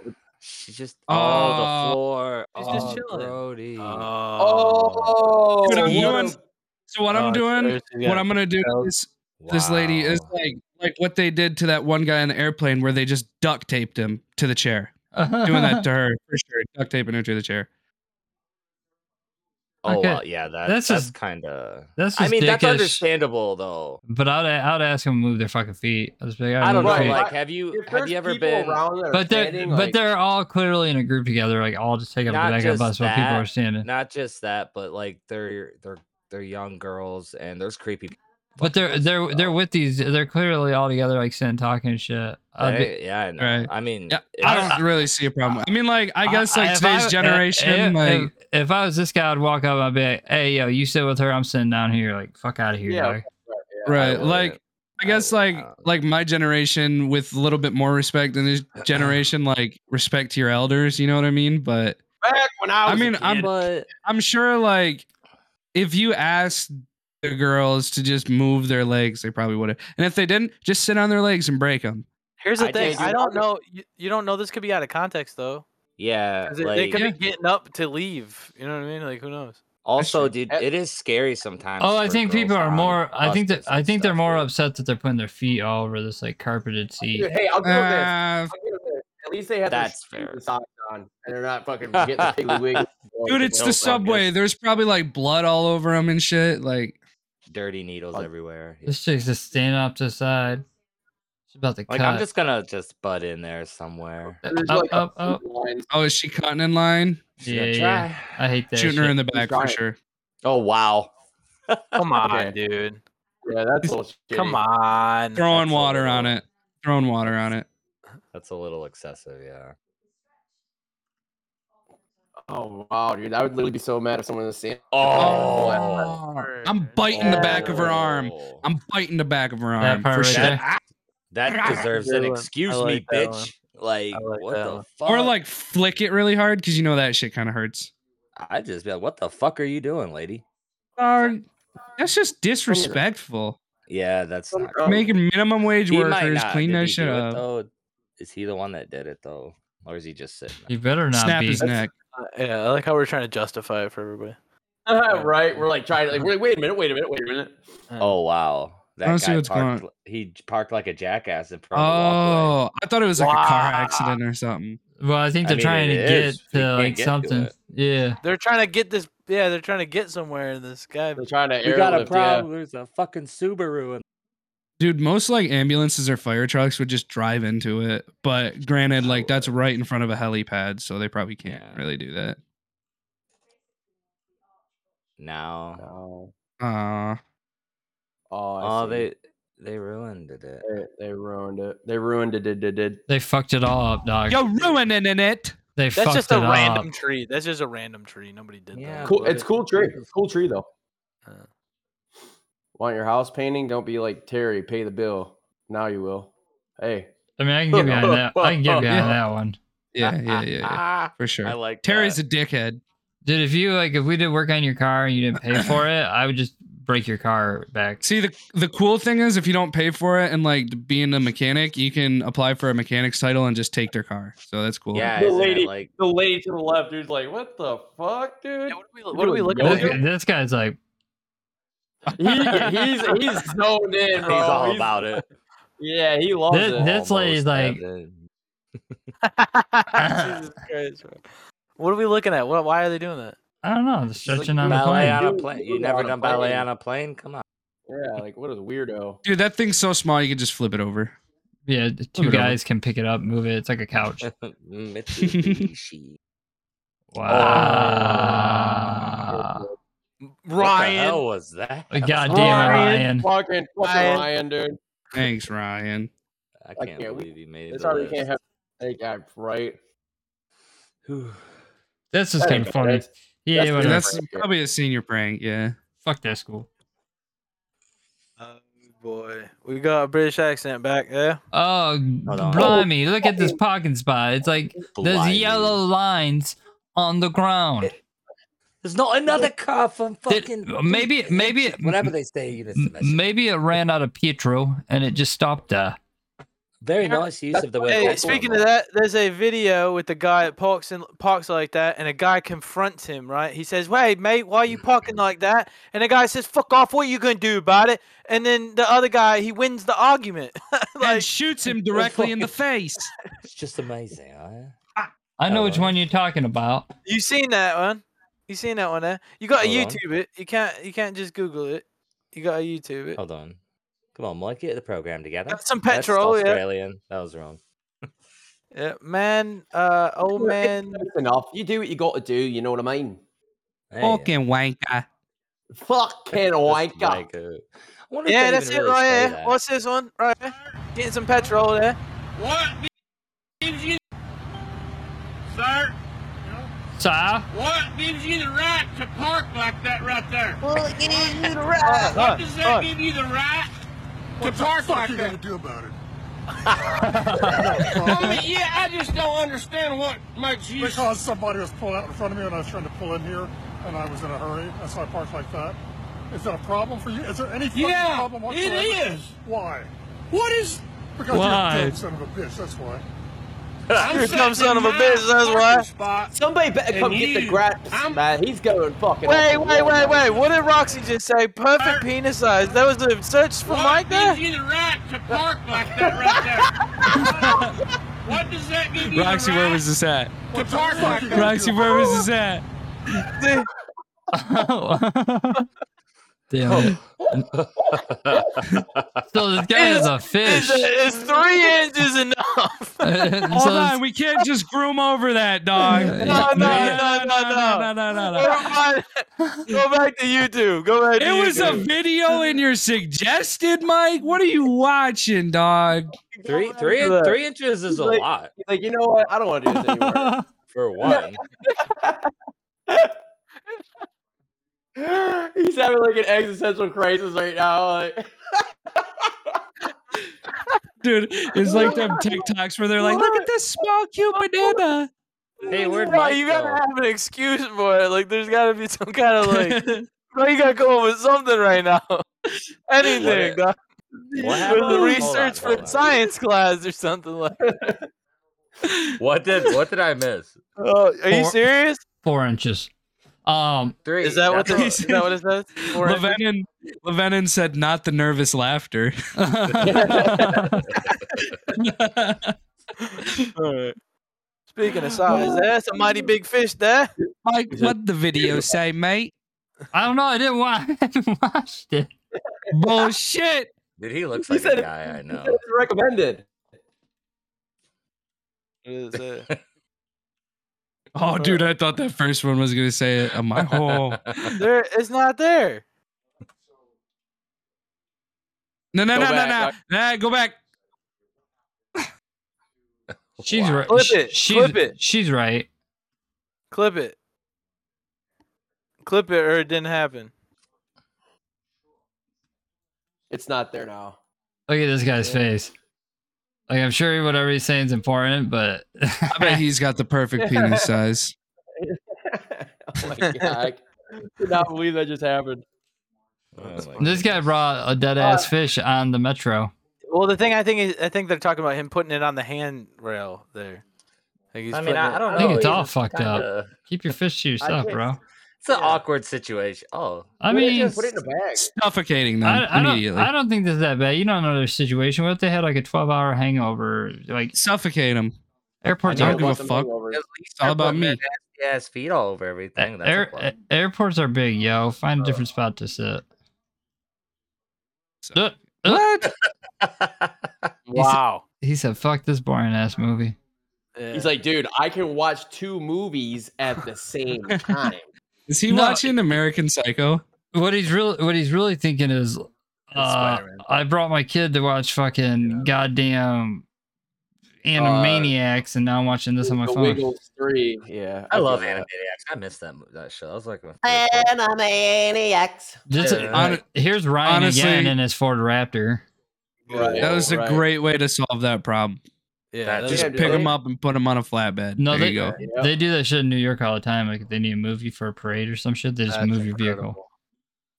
F: She just
E: Oh,
F: oh, the floor.
C: she's
F: oh,
C: just chilling.
F: Brody.
G: Oh,
E: Dude, I'm
G: what
E: doing-
G: a-
E: So
C: Oh,
E: what I'm doing, what I'm gonna do
C: Wow.
E: is this lady is
F: Wow.
E: like like what they did to that one guy in the airplane where they just duct taped him to the chair. Doing that to her for sure. Duct taping her to the chair.
F: Oh
A: Okay.
F: well, yeah. That,
A: That's
F: that's
A: just-
F: kind of.
A: That's
F: I
A: just
F: mean, that's
A: dickish,
F: understandable though.
A: But I'd I'd ask them to move their fucking feet. I, was like, "Alright,
F: I don't
A: move
F: know.
A: your
G: Right.
A: feet."
F: Like, have you
G: If
F: have
G: there's
F: you ever
G: people
F: been?
G: around that are
A: but they're
G: standing,
A: but
G: like,
A: they're all clearly in a group together. Like all just take up the
F: Not
A: back of the
F: just
A: bus while people
F: that,
A: are standing.
F: Not just that, but like they're they're they're young girls and there's creepy.
A: But they're
F: fuckers,
A: they're they're
F: so-
A: with these. They're clearly all together, like sitting talking and shit. I'd be-
F: They- yeah, I know.
E: Right.
F: I mean,
E: Yeah,
F: if-
E: I don't really see a problem. I mean, like I guess like
A: if
E: today's
A: I-
E: generation,
A: if,
E: like
A: if, if I was this guy, I'd walk up. I'd be like, "Hey, yo, you sit with her. I'm sitting down here. Like, fuck out of here,
G: Yeah,
A: dog."
E: right,
F: wouldn't.
E: like I
F: I
E: guess
F: wouldn't,
E: like
F: I don't-
E: like my generation with a little bit more respect than this generation, like respect to your elders. You know what I mean? But
G: back when I
E: I
G: was a
E: mean, I'm
G: kid.
F: but
E: I'm sure like if you asked the girls to just move their legs, they probably would have. And if they didn't, just sit on their legs and break them.
C: Here's the
F: I
C: thing.
F: just-
C: I don't know. You, you don't know. This could be out of context though.
F: yeah,
C: 'cause They, they
F: like
C: could be getting up to leave. You know what I mean? Like who knows?
F: also,
E: true.
F: dude,
G: Eh,
F: it is scary sometimes.
A: Oh, I
F: for
A: think
F: girls
A: people
F: to
A: are
F: on
A: more. I think that
F: buses
A: I
F: and
A: think they're
F: stuff,
A: more
F: dude.
A: upset that they're putting their feet all over this like carpeted seat.
G: Dude, hey, I'll deal with
E: Uh,
G: this. I'll deal with this. At least they have their
F: That's
G: shoes and
F: fair.
G: socks on, and they're not fucking getting the piggly wiggly.
E: dude, it's
F: No
E: the subway.
F: fuckers.
E: There's probably like blood all over them and shit. Like,
F: Dirty needles
G: Like-
F: everywhere. yeah.
A: This chick's just standing up to the side. She's about to
F: Like
A: cut.
F: I'm just gonna just butt in there somewhere.
A: Uh,
G: There's
A: up,
G: like a
A: up, up.
G: food line.
E: oh, is she cutting in line?
F: She's gonna
A: Yeah,
F: try.
A: I hate that.
E: Shooting
A: shit.
E: her in the back for
G: giant.
E: sure.
F: Oh wow.
C: Come on,
G: Okay.
C: dude.
G: Yeah, that's a little
C: Come
G: shitty.
C: on.
E: Throwing
F: That's a
E: water
F: little-
E: on it. Throwing water on it.
F: That's a little excessive, yeah.
G: Oh wow, dude, I would literally be so mad if someone was standing.
F: Oh.
E: I'm biting the back of her arm. I'm biting the back of her
A: That
E: arm
A: part
E: for
A: right
E: sure.
A: there.
F: That, that deserves an
C: Good one. I
F: excuse
C: like
F: me,
C: that one.
F: bitch. Like,
C: I like
F: what
C: that
F: the
C: one.
F: fuck?
E: Or like flick it really hard because you know that shit kind of hurts.
F: I just be like, what the fuck are you doing, lady?
E: Dog, Uh, that's just disrespectful.
F: Yeah, that's not.
G: Oh.
E: Making minimum wage
F: He might
E: workers
F: not.
E: clean
F: Did
E: that
F: he
E: shit
F: do it,
E: up.
F: though? Is he the one that did it though, or is he just sitting?
A: You
F: there?
A: better not
E: Snap
A: be.
E: his neck.
C: Uh, yeah, I like how we're trying to justify it for everybody.
G: right, we're like trying to like, wait, wait a minute, wait a minute, wait a minute.
F: Oh wow, that
E: don't
F: guy
E: see what's going
F: parked. li- He j- parked like a jackass in front of
E: Oh, I thought it was like a car
C: Wow.
E: accident or something.
A: Well, I think
F: I
A: they're
F: mean,
A: trying to
F: it
A: get
F: is. We
A: to
F: can't
A: like
F: get to
A: something.
F: it.
A: yeah.
C: They're trying to get this. Yeah, they're trying to get somewhere. And this guy.
G: They're trying to
F: the walkway. We got a
G: airlift, yeah.
F: problem. There's a fucking Subaru. And-
E: Dude, most like ambulances or fire trucks would just drive into it. But granted, like that's right in front of a helipad, so they probably can't
F: Yeah.
E: really do that.
F: now,
G: No.
E: Uh
G: Oh,
F: oh,
G: I see.
F: they they ruined it.
G: they they ruined it. They ruined it. Did did did.
A: They fucked it all up, dog.
E: You're ruining it.
A: they
C: That's
A: fucked
C: just
A: it
C: a random
A: up.
C: tree. That's just a random tree. Nobody did
F: Yeah,
C: that.
G: Cool.
F: but
G: It's
F: it-
G: cool tree. It's cool tree though.
C: Uh,
G: Want your house painting? Don't be like Terry. Pay the bill. Now you will. Hey,
A: I mean, I can get behind that. I can get behind that one,
E: Yeah, yeah, yeah, yeah.
F: Ah,
E: For
F: I
E: sure.
F: like
E: Terry's
F: that.
E: a dickhead.
A: dude. If you like, if we did work on your car and you didn't pay for it, I would just break your car back.
E: See the the cool thing is if you don't pay for it and like being a mechanic, you can apply for a mechanic's title and just take their car. So that's cool.
F: yeah,
G: The
F: isn't it,
G: lady-
F: like
G: the lady to the left, dude's like, "What the fuck, dude?"
C: yeah, what are we, what are we
G: doing
C: looking
A: This,
C: at?
G: yoga?
C: here?
A: guy- this guy's like,
G: He, he's he's zoned in,
F: he's
G: bro.
F: all about it.
G: Yeah, he loves
A: This-
G: it.
A: this lady's like-
F: Almost heaven.
C: Jesus Christ, bro. What are we looking at? What, why are they doing that?
A: I don't know,
G: like
A: stretching on the
F: ballet
A: plane.
F: on a
G: Dude,
F: plane.
G: dude,
F: You never
G: on a
F: done ballet
G: plane.
F: on a plane? Come on.
D: Yeah, like what a weirdo.
E: Dude, that thing's so small you can just flip it over.
A: Yeah, the
E: it
A: two
E: over.
A: guys can pick it up, move it. It's like a couch.
F: Mitsubishi.
A: Wow.
F: What the
C: Ryan.
F: hell was that?
A: Oh, God damn it, Ryan.
D: Fucking fucking
C: Ryan.
D: Ryan, dude.
E: Thanks, Ryan.
F: I
D: I
F: can't
D: can't-
F: believe you made
D: It's
F: the
D: already
F: list.
D: can't have. Hey, God, right?
A: This is kind of funny. Yeah,
D: that's-
A: whatever.
E: And that's
D: prank.
E: probably a senior prank. Yeah.
A: Fuck that school.
C: Oh boy, we got a British accent back there.
A: Oh,
F: on.
A: blimey. Look at this parking spot. It's like there's
F: Blimey.
A: yellow lines on the ground.
F: There's not another car from
A: Did-
F: fucking.
A: maybe- maybe it-
F: whatever they say in this
A: M-
F: semester.
A: Maybe it ran out of petrol and it just stopped there.
F: Very nice use of the word.
C: Hey,
F: platform,
C: speaking
F: though.
C: of that, there's a video with the guy that parks in parks like that, and a guy confronts him. Right? He says, "Wait, mate, why
F: Hmm.
C: you parking like that?" And the guy says, "Fuck off! What you gonna do about it?" And then the other guy he wins the argument. like,
E: and shoots him directly in the face.
F: it's just amazing. Huh?
A: I know which
F: Hello.
A: one you're talking about.
C: you seen that one? You seen that one there? You got to
F: Hold on.
C: YouTube it. You can't. You can't just Google it. You got to YouTube it.
F: Hold on. Come on, Mike, get the program together.
C: Got some
F: That's
C: petrol, yeah.
F: Australian. That was wrong.
C: Yeah, man. Uh, old man.
D: That's enough. You do what you got to do. You know what I mean?
F: Hey,
E: Fucking wanker.
D: Fucking
F: that's
D: wanker.
F: like a- I wonder if
C: Yeah,
F: they
C: that's
F: even
C: it
F: really
C: right
F: say
C: here.
F: that.
C: What's this one right here? Getting some petrol there.
A: Sir?
H: What gives you the right to park like that right there?
C: Look,
H: Does
C: look.
H: that give you the right to park like that? do about it? I mean, yeah, I just don't understand what makes you.
I: Because somebody was pulling out in front of me and I was trying to pull in here and I was in a hurry, and so I parked like that. Is that a problem for you? Is there any fucking
H: Yeah,
I: problem
H: it
I: whatsoever?
H: is.
I: Why?
H: What is?
I: Because
A: Why?
I: you're a dumb son of a bitch, that's why.
H: I'm
C: Here comes
H: sitting
C: son
H: in
C: of a
H: my
C: bitch, that's
H: parking
C: why.
H: spot.
D: Somebody better
H: And
D: come get the
H: you-
D: grass,
H: I'm-
D: man. He's going fucking.
C: Wait,
D: off the
C: wait,
D: wall,
C: wait,
D: man.
C: wait. What did Roxy just say?
H: Sir.
C: Perfect penis size. That was the search for
H: What
C: Mike there?
H: gives you the right to park like that right there? what does that give you
E: Roxy,
H: the right
E: where was this at?
H: to park like that?
E: Roxy, where was this at?
C: Dude,
A: Damn it. So this guy is a fish.
C: Is, is three inches enough?
A: so
E: Hold
A: this-
E: on, we can't just groom over that dog.
A: No,
C: no, no, no,
E: no, no, no, no.
C: Never mind. Go back to YouTube. Go back to
E: Uh, It was a
C: YouTube.
E: video in your suggested, Mike. What are you watching, dog?
F: three, three,
D: Look.
F: three inches is a
D: Like-
F: lot
D: He's like, you know what? I don't want to do this anymore.
F: for one.
D: He's having like an existential crisis right now. Like,
E: Dude, it's like them TikToks where they're like, look at this small cute banana.
F: hey, where'd
C: Bro,
F: Mike
C: you gotta
F: go?
C: have an excuse for it. Like, there's gotta be some kind of like, bro, you gotta come up with something right now. Anything,
F: What-
C: dog. With
F: What
C: the
F: happened?
C: research
F: Hold on, hold
C: for
F: on.
C: science class or something like.
F: What did what did I miss?
C: Oh, are you
A: Four-
C: serious?
A: Four inches. Um,
F: Three.
C: Is that what the,
F: that's
C: is that what it says? Four inches?
E: Levenin, Levenin said, not the nervous laughter.
C: Speaking of size, eh? that's a mighty big fish eh? there.
E: Mike, what the video say, mate?
A: I don't know. I didn't watch. I haven't watched it.
E: Bullshit.
F: Dude, he looks
D: He
F: like
D: said
F: a
D: it-
F: guy I know.
D: it's recommended.
C: Is it-
E: Oh, dude, I thought that first one was gonna say it. I'm like, oh.
C: there, it's not there.
E: No, no,
D: Go
E: no, no, no,
D: back,
E: nah, go back.
A: She's
F: Wow.
A: right.
C: Clip
A: She-
C: it,
A: She's,
C: clip it.
A: She's right.
C: Clip it. Clip it, or it didn't happen.
D: It's not there now.
A: Look at this guy's face. Like I'm sure whatever he's saying is important, but
E: I bet he's got the perfect penis size.
D: oh my god! I cannot believe that just happened.
F: Oh my
A: this guy
F: goodness.
A: brought a
E: Uh,
A: dead ass fish on the metro.
C: Well, the thing I think is, I think they're talking about him putting it on the handrail there. Like he's
F: I mean,
C: putting
F: I, I
C: it-
F: don't know.
A: I think it's
F: he
E: oh,
A: all
F: just
A: fucked up.
F: kinda-
A: Keep your fish to
F: I
A: yourself,
F: just-
A: bro.
F: It's an awkward situation. Oh,
A: I mean,
D: put it in a bag.
E: Suffocating them
A: I, I don't.
E: immediately.
A: I don't think this is that bad. You don't know their situation. What if they had like a 12 hour hangover? Like
E: Suffocate them.
A: airports
E: I
A: are
E: don't give a fuck.
F: at least
E: all
F: they're
E: about
F: putting their
E: me.
F: nasty Ass feet all over everything. That's a
A: Air,
F: plus.
A: airports are big, yo. Find a different spot to sit.
E: So,
A: What?
C: Wow.
A: He said, "Fuck this boring ass movie."
D: He's like, dude, I can watch two movies at the same time.
E: is he
A: No.
E: watching American Psycho?
A: What he's really what he's really thinking is, uh,
F: Spider-Man.
A: I brought my kid to watch fucking goddamn Animaniacs, and now I'm watching this on my
D: the
A: phone.
D: Wiggles three. Yeah,
F: I love
D: get
F: Animaniacs.
D: that.
F: I miss that mo- that show. I was like, my favorite.
D: Animaniacs.
A: Just
F: Yeah.
A: uh, here's Ryan
E: Honestly-
A: again in his Ford Raptor.
D: Right,
E: That was a
D: right.
E: great way to solve that problem.
C: Oh, Yeah.
F: That
C: that's-
E: Just
D: Yeah,
E: pick
D: dude.
E: him up and put him on a flatbed.
A: No,
E: there
A: they-
E: you go.
D: Yep.
A: They do that shit in New York all the time. Like if they need to move you for a parade or some shit, they just
F: That's
A: move your vehicle.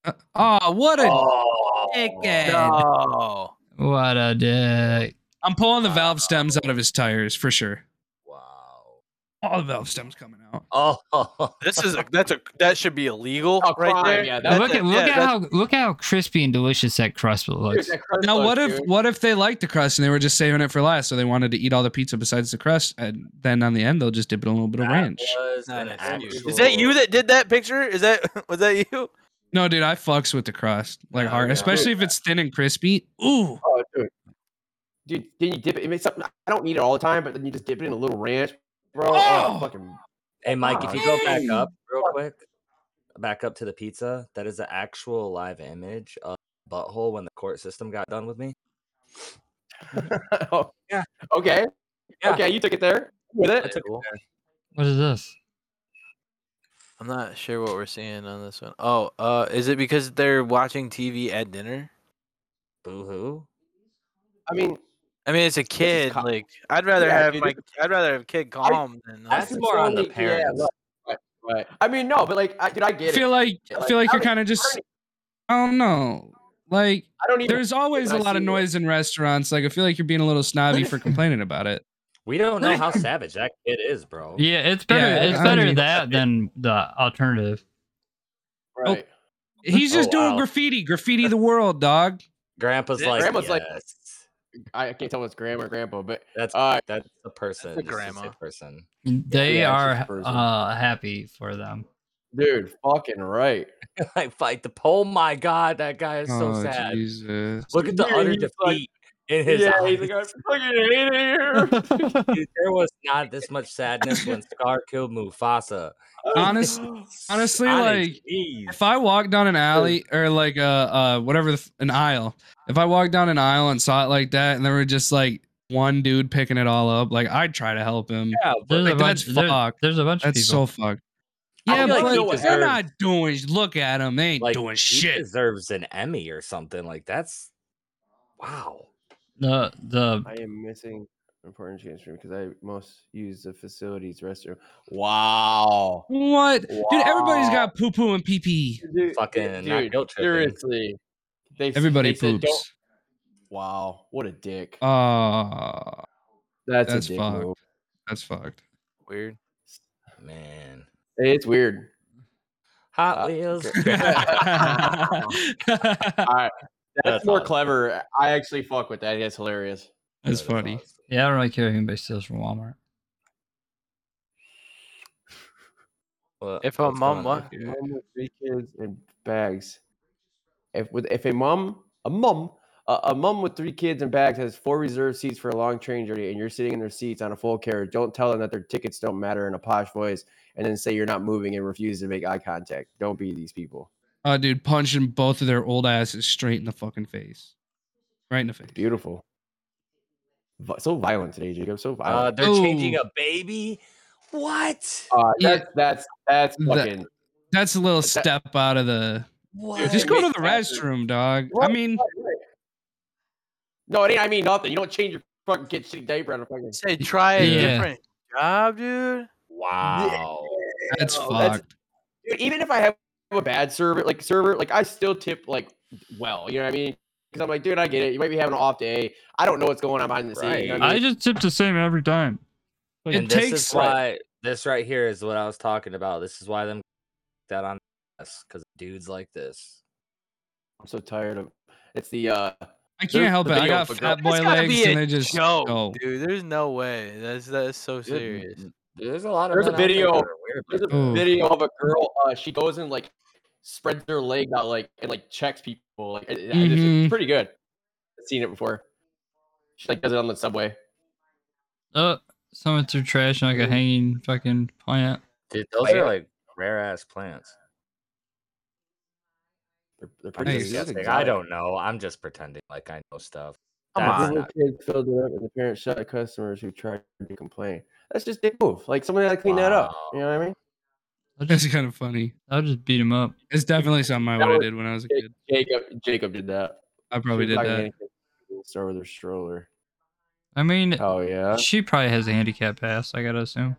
F: incredible.
E: Oh, what a
D: Oh,
E: dickhead.
C: No.
A: What a dick!
E: I'm pulling the valve stems out of his tires for sure.
F: Wow.
E: All the valve stems coming out.
F: Oh,
C: This is a, that's a that should be illegal
D: A
C: right
D: crime,
C: there.
D: yeah,
C: That's
D: that-
A: look
C: a-
A: at look
C: yeah,
A: at
C: that's-
A: how look how crispy and delicious that crust looks.
E: Now what if what if they like the crust and they were just saving it for last, so they wanted to eat all the pizza besides the crust, and then on the end they'll just dip it in a little bit of ranch.
F: was
C: Not
F: an
C: an
F: actual-
C: Is that you that did that picture? Is that was that you?
E: No, dude, I fucks with the crust like
F: Oh,
E: hard,
F: yeah.
E: especially if it's thin and crispy. Ooh,
D: Oh, dude. Dude, then you dip it. It makes something. I don't need it all the time, but then you just dip it in a little ranch, bro. Oh,
E: Oh!
D: fucking.
F: Hey, Mike, if you go back
E: Dang.
F: up real quick, back up to the pizza, that is an actual live image of butthole when the court system got done with me.
D: oh,
F: Yeah.
D: Okay.
F: Yeah.
D: Okay, you took it there with
F: I
D: it.
F: took
C: Cool.
A: What is this?
C: I'm not sure what we're seeing on this one. Oh, uh, is it because they're watching TV at dinner?
F: boo hoo.
D: I mean,
C: I mean, it's a kid.
D: co-
C: like, I'd rather
D: Yeah,
C: have
D: dude,
C: my, I'd rather have kid calm than.
F: That's
C: us.
F: more on the
D: totally- yeah,
F: parents.
D: right, right, right. I mean, no, but like, I, dude, I
E: I
D: get
E: feel
D: it.
E: like I
D: Like,
E: feel like
D: how
E: you're
D: do-
E: kind of
D: how
E: just
D: do-
E: I don't know. Like
D: I don't even.
E: there's always
D: but
E: a
D: I
E: lot of
D: see it.
E: noise in restaurants. Like I feel like you're being a little snobby for complaining about it.
F: We don't know how savage that kid is, bro.
A: Yeah, it's better.
E: Yeah,
A: it's
E: I don't
A: better
E: need-
A: that than the alternative.
D: Right.
E: He's just
F: Oh,
E: doing
F: wow.
E: graffiti, graffiti the world, dog.
F: Grandpa's
C: Yeah,
F: like,
D: grandma's like-
F: "Yes,
D: I can't tell what's grandma or grandpa, but
F: that's
D: uh,
F: that's a person. this is
C: grandma.
F: person.
A: They
D: yeah, it's
A: are
D: just frozen.
A: uh, happy for them.
D: dude, fucking right.
F: I fight the. Oh my god, that guy is so
E: oh,
F: sad.
E: Jesus.
F: Look at the
D: Yeah,
F: utter
D: he's
F: defeat
D: like-
F: in his
D: yeah,
F: eyes.
D: he's like, I fucking hate it here.
F: Dude, there was not this much sadness when Scar killed Mufasa.
E: Honest- honestly, like,
F: jeez.
E: If I walk down an alley or like a uh, whatever the f- an aisle, if I walked down an aisle and saw it like that, and there were just like one dude picking it all up, like I'd try to help him.
F: yeah,
A: There's
E: like,
A: a
E: that's
A: bunch. there-
E: fucked.
A: there's a bunch
E: That's
A: of people.
E: so fucked.
F: I
E: Yeah,
F: feel like
E: but
F: he
E: they're
F: deserves-
E: not doing. Look at them; they ain't
F: like,
E: doing
F: he
E: shit.
F: deserves an Emmy or something. Like that's wow.
A: the the
D: I am missing important change room because I most use the facilities restroom. Wow.
E: What, dude? Everybody's
D: Wow.
E: got poo poo and pee pee.
D: Dude,
F: Fucking not
D: dude,
F: guilt tripping.
D: seriously. They, s-
E: Everybody
D: they said don't-
E: poops.
D: Wow, what a dick.
E: Oh,
D: that's,
E: Ah, that's
D: a dick
E: fucked.
D: move.
E: that's fucked.
C: weird.
F: Man.
D: It's weird.
F: Hot
D: Uh,
F: Wheels.
D: All right. That's,
F: That's
D: more
F: awesome.
D: clever. I actually fuck with that. That's hilarious.
E: that's funny.
A: yeah, I don't really care if anybody steals from Walmart.
C: If a mom wa-
D: Mom with three kids and bags. If with if a mom, a mom, a, a mom with three kids and bags has four reserved seats for a long train journey, and you're sitting in their seats on a full carriage, don't tell them that their tickets don't matter in a posh voice, and then say you're not moving and refuse to make eye contact. Don't be these people.
E: Oh, dude, punching both of their old asses straight in the fucking face, right in the face.
D: Beautiful. Vi- So violent today, Jacob. So
F: Uh,
D: violent.
F: they're changing
E: Ooh.
F: a baby. What?
D: Uh,
E: yeah.
D: that's that's that's
E: That-
D: fucking.
E: That's a little step out of the.
F: What?
E: Just go to
D: makes
E: the
D: sense.
E: restroom, dog. I
D: Right,
E: mean,
D: right, right. no, it ain't. I mean nothing. You don't change your fucking kid's shitty diaper on a fucking.
C: Say try a
A: Yeah.
C: different job, dude.
F: Wow.
E: that's
D: Oh, that's-
E: fucked.
D: dude, even if I have a bad server, like server, like I still tip like well, you know what I mean? Because I'm like, dude, I get it. You might be having an off day. I don't know what's going on behind the scenes. you know
F: Right.
D: what I
A: I
D: mean?
A: just tip the same every time.
E: It
F: and
E: takes
F: this is
E: like-
F: why this right here is what I was talking about. This is why them that on us because dudes like this.
D: I'm so tired of. It's the uh,
E: I
D: there's
E: can't help
D: the
E: it. I
D: video
E: got
D: for
E: fat
D: girls.
E: boy
C: That's gotta
E: legs,
C: be
E: and
C: a
E: they just
C: joke,
E: go.
C: dude. There's no way. That's that's so
F: Dude,
C: serious.
F: n- There's a lot of
D: There's a
F: men out there
D: video-
F: that are weird
D: there's
F: like
D: a
E: Ooh.
D: video of a girl. Uh, she goes and like spreads her leg out, like and like checks people Well, like, it- it- I just-
E: Mhm.
D: it's pretty good. I've seen it before. She like does it on the subway.
A: Oh, someone threw trash like a hanging fucking plant.
F: Dude, those
D: Like-
F: are like rare ass plants.
D: They're, they're
F: I'm
D: pretty
E: Nice.
F: just
E: That's
F: guessing. I don't know. I'm just pretending like I know stuff.
C: Come
F: That's
C: on.
F: not-
D: kids filled it up, and the parents shot at customers who tried to complain. That's just their move. Like someone had to clean that up. You know what I mean?
A: I'll
E: That's
A: just,
E: kind of funny.
A: I'll just beat him up.
E: It's definitely something I
D: That
E: would have
D: was-
E: did when I was a kid.
D: Jacob, Jacob did that.
E: I probably
D: She
E: did
D: was talking to
E: that.
D: Anakin in the Store with her stroller.
A: I mean,
D: Oh yeah.
A: she probably has a handicap pass. I gotta assume.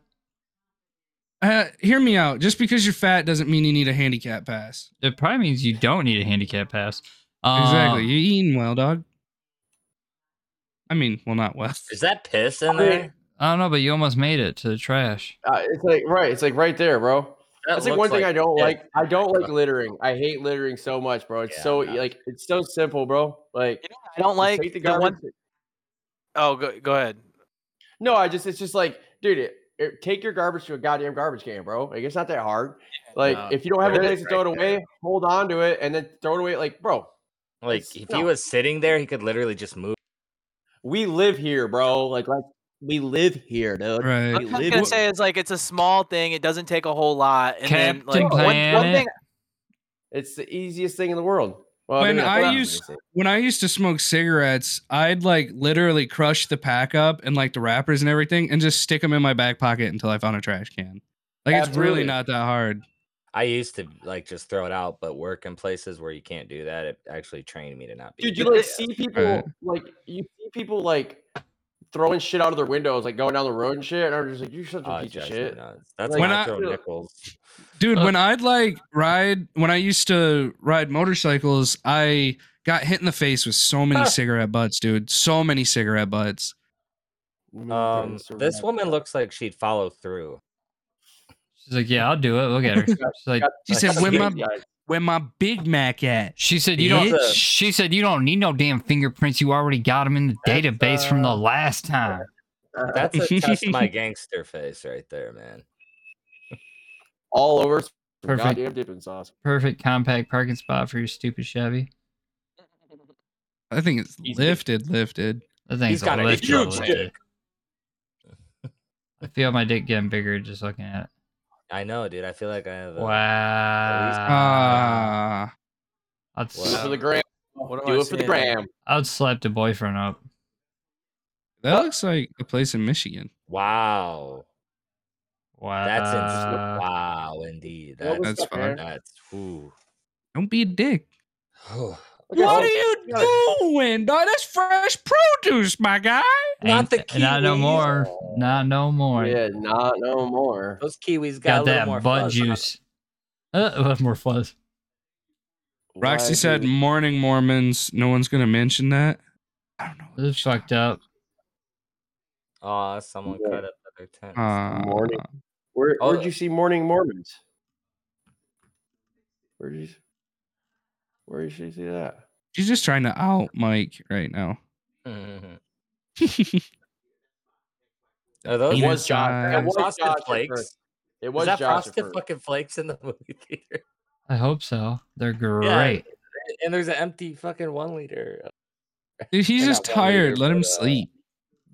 E: Uh, hear me out. Just because you're fat doesn't mean you need a handicap pass.
A: It probably means you don't need a handicap pass. Uh,
E: Exactly. You're eating well, dog. I mean, well, not well.
F: Is that piss in
D: I mean,
F: there?
A: I don't know, but you almost made it to the trash.
D: Uh, it's like right. It's like right there, bro.
F: That
D: That's like one
F: looks
D: thing I don't
F: piss.
D: like. I don't like littering. I hate littering so much, bro. It's
F: Yeah,
D: so
F: nah.
D: like it's so simple, bro. Like
C: You know what I don't like
D: take the
C: the one.
D: garbage-
C: Oh, go go ahead.
D: No, I just it's just like, dude, it, it- take your garbage to a goddamn garbage can, bro. Like it's not that hard. Like
C: no,
D: if you don't have a
F: it is
D: place to throw it
F: right there.
D: away, hold on to it and then throw it away. Like, bro,
F: Like
D: It's-
F: if
D: no.
F: he was sitting there, he could literally just move.
D: we live here, bro. Like, like we live here, dude.
E: Right.
D: We
C: What I was
D: live
C: gonna
D: here.
C: say is like it's a small thing. It doesn't take a whole lot. And then,
A: Captain
C: like, one, one
A: Planet.
C: thing
D: It's the easiest thing in the world. Well,
E: When
D: that's
E: I
D: what I'm
E: used-
D: gonna say.
E: When I used to smoke cigarettes, I'd like literally crush the pack up and like the wrappers and everything and just stick them in my back pocket until I found a trash can. Like it's really
D: Absolutely.
E: not that hard.
F: I used to like just throw it out, but work in places where you can't do that. It actually trained me to not be.
D: dude, you
F: do
D: like
F: that.
D: see people like you see people like throwing shit out of their windows, like going down the road and shit, and I'm just like, you're such a
F: Oh, it
D: piece of
F: drives me
D: shit.
F: nuts. That's
D: Like,
F: when
E: when
F: I
E: I-
F: throw nickels.
E: Dude,
A: Uh,
E: when I'd like ride, when I used to ride motorcycles, I got hit in the face with so many cigarette butts, dude. So many cigarette butts.
D: Mm,
F: Um,
D: that's a
F: this
D: wrap.
F: woman looks like she'd follow through.
A: She's like, "Yeah, I'll do it." Look at her. She's like,
E: She said, "When my
D: Yeah,
E: where my Big Mac at?"
A: she said, "You don't."
F: Bitch.
A: She said, "You don't need no damn fingerprints. You already got them in the
F: That's,
A: database from the
F: uh,
A: last time."
F: That's a test my gangster face right there, man.
D: all over some
A: Perfect.
D: goddamn dipping sauce.
A: Perfect compact parking spot for your stupid Chevy.
E: I think it's
F: He's-
E: lifted, lifted.
A: That thing's
F: He's got a
A: lifted,
F: huge
A: lifted.
F: dick.
A: I feel my dick getting bigger just looking at
F: I know, dude. I feel like I have.
A: it.
F: a-
A: Wow.
E: Ah,
A: I'd,
F: Wow.
D: Do it
A: sl-
D: for the gram.
C: What am I
D: Do Oh, it for the
C: saying?
D: gram.
A: I'd slap the boyfriend up.
E: that looks like a place in Michigan.
F: Wow.
A: Wow.
F: That's interesting. Wow, indeed.
D: Uh, What was
F: That's
E: That's
D: up there?
E: fine.
F: that's. Ooh.
E: Don't be a dick.
D: Look at
E: What
D: all-
E: are you doing, dog? That's fresh produce, my guy.
F: Not the
A: Ain't- Not no
F: kiwis.
A: more. Not no more.
D: Yeah, not no more.
F: Those kiwis got,
A: got,
F: a little more
A: that butt
F: fuzz on 'em.
A: juice. Uh, a little more fuzz.
E: Roxy
D: Why
E: said,
D: do-
E: "Morning Mormons." No one's gonna mention that. I don't know.
A: This is fucked up.
F: Aw, someone
D: Yeah.
F: cut up their tent.
E: Ah,
D: Morning. Where,
F: Oh.
D: where'd you see Morning Mormons? Where did you, where did you see that?
E: She's just trying to out Mike right now.
F: Mm-hmm. Are those
E: It
F: Josh-
E: was Josh-
F: are
E: it
D: was
F: Frosted
D: Josh at
F: Flakes?
D: first. It
F: Was
D: was
F: that
D: Josh at
F: Frosted
D: first.
F: fucking Flakes in the movie theater?
A: I hope so. They're great.
F: And- And there's an empty fucking one liter. uh,
E: Dude, he's
F: They're
E: just
F: not one liter,
E: tired. Let him
F: but, uh,
E: sleep.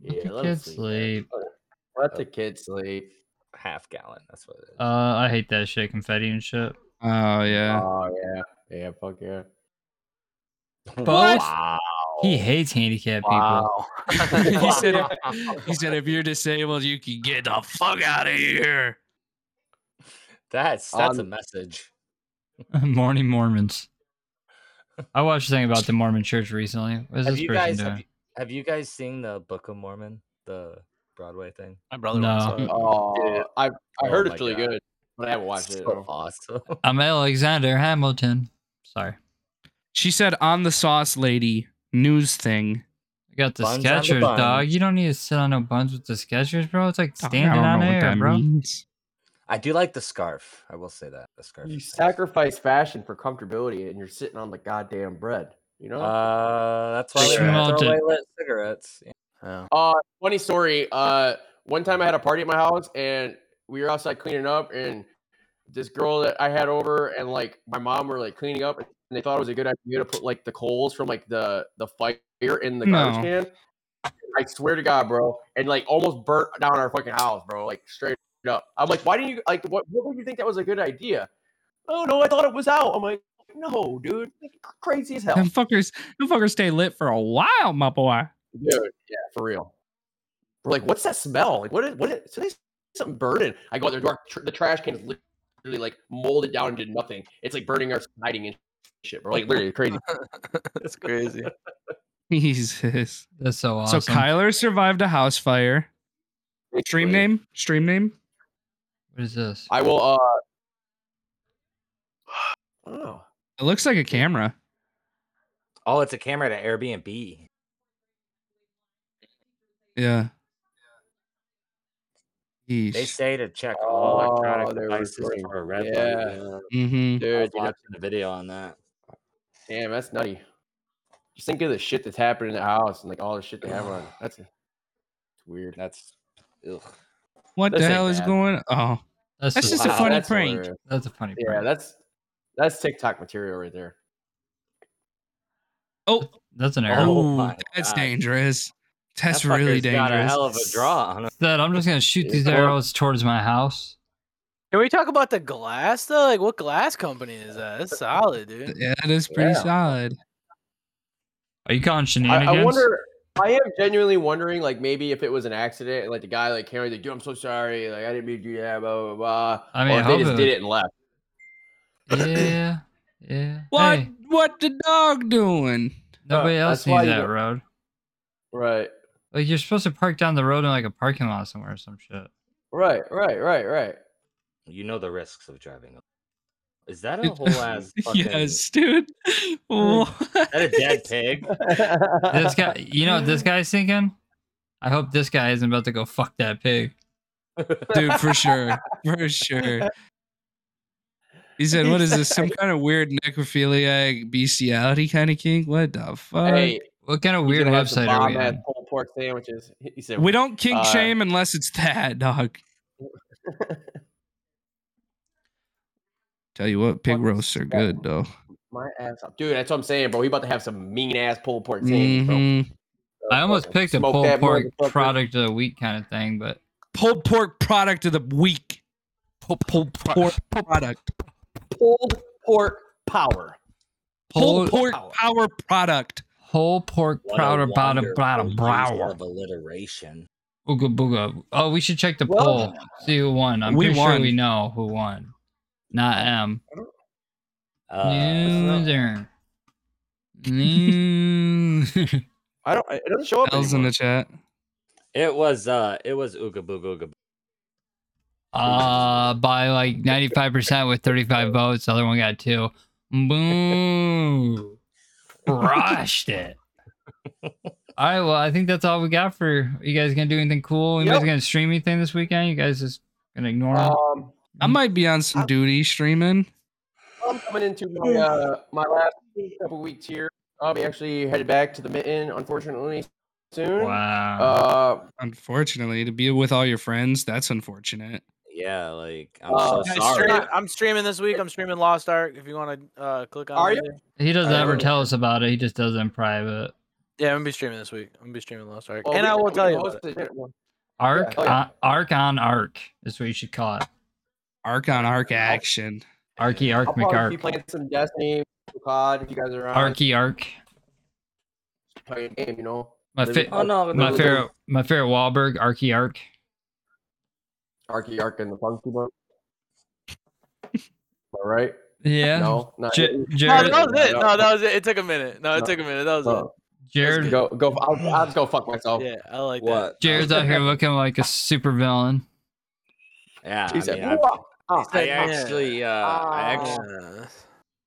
A: Let the
D: let 'em
A: kids sleep.
D: man. Let the kids sleep.
F: Half gallon. That's what it is.
A: Uh, I hate that shit. Confetti and shit.
E: Oh yeah.
D: Oh yeah, yeah, fuck yeah.
A: Both.
F: Wow.
A: He hates handicapped people.
C: Wow.
E: Oh. he said, if, he said, if you're disabled, you can get the fuck out of here.
F: That's that's a
D: Um,
F: message.
A: Morning Mormons. I watched a thing about the Mormon Church recently. What is
F: Have
A: this
F: you
A: person
F: guys
A: doing?
F: have you, have you guys seen the Book of Mormon, the Broadway thing?
C: My brother
A: No.
C: wants to-
D: Oh, I I
F: Oh
D: heard
F: my
D: it's really
F: God.
D: good, but I haven't watched it.
F: So awesome.
A: I'm Alexander Hamilton. Sorry.
E: She said, on the sauce lady news thing.
A: I got the
F: Buns on the
A: Skechers, dog.
F: buns.
A: You don't need to sit on no buns with the Skechers, bro. It's like
E: I don't
A: standing on
E: know what
A: air,
E: that
A: bro.
E: means.
F: I do like the scarf. I will say that the scarf.
D: You
F: is nice.
D: sacrifice fashion for comfortability, and you're sitting on the goddamn bread. You know.
F: Uh, that's why
A: They
F: they throw
A: smelt it.
F: away lit cigarettes. Yeah.
C: Oh.
D: Uh, funny story. Uh, one time I had a party at my house, and we were outside cleaning up, and this girl that I had over and like my mom were like cleaning up, and and they thought it was a good idea to put like the coals from like the the fire in the
E: No.
D: garbage can. I swear to God, bro, and like almost burnt down our fucking house, bro. Like straight up. I'm like, why didn't you like what? What would you think that was a good idea? Oh no, I thought it was out. I'm like, no, dude, crazy as hell,
E: Them fuckers, them fuckers stay lit for a while, my boy.
D: dude. Yeah, for real. We're like, what's that smell? Like, what is what is so there's something burning? I go out there, door, tr- the trash can is literally like molded down into nothing. It's like burning our siding and shit, bro. Like literally crazy.
C: That's crazy.
E: Jesus.
A: That's so awesome.
E: So Kyler survived a house fire. Stream name? Stream name?
A: what is this?
D: I will. uh Oh,
E: It looks like a camera.
F: Oh, it's a camera to Airbnb.
E: Yeah.
F: They
E: Yeesh.
F: say to check all
D: Oh,
F: electronic
D: they're
F: devices
D: recording.
F: for a red
D: Yeah.
F: light.
E: hmm
F: Yeah. I was
D: dude, you know,
F: watching the video on that.
D: damn, that's nutty. Just think of the shit that's happened in the house and like all the shit they have on. That's it's weird.
F: That's ugh.
E: What the
D: This ain't
E: hell is
D: bad.
E: going? Oh,
A: That's,
E: that's just
A: just
E: a
F: Wow,
E: funny
D: that's
E: prank.
D: hilarious.
A: that's a funny.
D: Yeah,
A: prank.
D: that's that's TikTok material right there.
E: Oh,
A: that's an error.
F: Oh
E: ooh,
F: my
E: that's
F: God.
E: dangerous. That's
F: That
E: really
F: fucker's Got a
E: dangerous.
F: hell of a draw on him.
A: That I'm just gonna shoot these arrows towards my house.
C: Can we talk about the glass though? Like, what glass company is that? That's solid, dude.
E: Yeah, that is pretty
D: Yeah.
E: solid.
A: Are you calling
D: I,
A: shenanigans?
D: I wonder. I am genuinely wondering, like maybe if it was an accident, and like the guy like carried, like, dude, I'm so sorry, like I didn't mean to do that, blah blah blah.
A: I mean,
D: or
A: I
D: if
A: hope
D: Oh, they just
A: it-
D: did it and left.
A: Yeah, yeah.
E: What?
A: Hey,
E: What the dog doing?
A: nobody
D: Uh,
A: else
D: that's why
A: needs
D: you
A: that
D: don't-
A: road.
D: Right,
A: Like you're supposed to park down the road in like a parking lot somewhere or some shit.
D: right, right, right, right.
F: You know the risks of driving. a- Is that a
E: It-
F: whole ass fucking?
E: Yes, dude. What?
F: Is that a dead pig?
A: This guy, you know, what this guy's thinking. I hope this guy isn't about to go fuck that pig.
E: dude, for sure, for sure. He said, "What is this? Some kind of weird necrophiliac bestiality kind of kink? What the fuck?
D: hey,
A: What kind of
D: he's
A: uh, weird
D: gonna have some
A: website are we
D: bomb-ass
A: on?
D: pulled pork sandwiches. He he said,
E: we don't kink
D: uh,
E: shame unless it's that dog." Tell you what, pig
D: Fuck
E: roasts are
D: that.
E: good though.
D: my ass up, dude. That's what I'm saying, bro. He about to have some mean ass pulled pork sandwich, bro.
E: hmm
A: Mm-hmm. I almost picked a
D: Smoke
A: pulled
D: that
A: pork
D: motherfucker.
A: product of the week kind of thing, but
E: Pulled pork product of the week. Pulled pork product.
D: pulled pork power.
A: whole
E: Pulled pork power product.
A: whole pork
F: What a
A: powder bottom
F: wonderful
A: bottom
F: use
A: brower.
F: of alliteration.
A: Ooga booga. Oh, we should check the
D: Well-
A: poll. See who won. I'm
E: We
A: pretty
E: won.
A: sure we know who won. Not M.
F: Uh,
A: Loser. Loser.
D: I don't. It doesn't show up.
E: L's in
D: anymore.
E: the chat.
F: it was uh, it was Ooga Booga Ooga. Boo-
A: uh, by like 95% with 35 votes. The other one got two. Boo. Crushed it. All right. Well, I think that's all we got for you guys. Gonna do anything cool? You guys
D: Yep.
A: gonna stream anything this weekend? You guys just gonna ignore 'em?
D: Um,
E: Mm. I might be on some duty streaming.
D: I'm coming into my
C: Mm.
D: uh, my last couple weeks here. I'll be actually headed back to the mitten, unfortunately, soon.
A: Wow.
D: Uh,
E: Unfortunately, to be with all your friends, that's unfortunate.
F: Yeah, like I'm
D: Uh,
F: so
C: I
D: I
F: sorry.
D: stream-
C: am streaming this week. I'm streaming Lost Ark. If you want to uh, click on,
D: Are
C: it
D: you?
C: there.
A: he doesn't
D: I
A: ever
D: don't-
A: tell us about it. He just does it in private.
C: Yeah, I'm gonna be streaming this week. I'm gonna be streaming Lost Ark,
D: well,
C: and
D: we
C: I
D: can-
C: will
D: we
C: tell
D: can
C: you. About
D: host
C: it.
D: the different one.
A: Arc,
D: oh, yeah.
A: on, arc on arc is what you should call it.
E: Arc on arc action.
A: Arky arc
D: I'll probably be
A: McArc.
D: playing some Destiny, COD, if you guys are around.
A: Arky arc.
D: Playing a game, you know.
A: My
D: Living
A: fa-
F: Oh no,
A: my
F: no,
A: favorite my favorite Wahlberg Arky arc.
D: Arky Ark and the Funky Bone. All right.
A: Yeah.
D: No, not
A: Ja-
D: yet.
C: No,
A: Jared
C: that was it.
D: No.
C: No, that was it. It took a minute. No, it
D: No.
C: took a minute. That was
D: Oh,
A: Jared
D: go go. I'll, I'll just go fuck myself.
C: it. Yeah, I like
F: What?
A: Jared's out here looking like a super villain.
F: Yeah,
D: He
F: I
D: said,
F: mean, I've-
D: "Whoa."
C: that.
F: I actually, uh, I
D: Oh.
F: actually had
C: Yeah.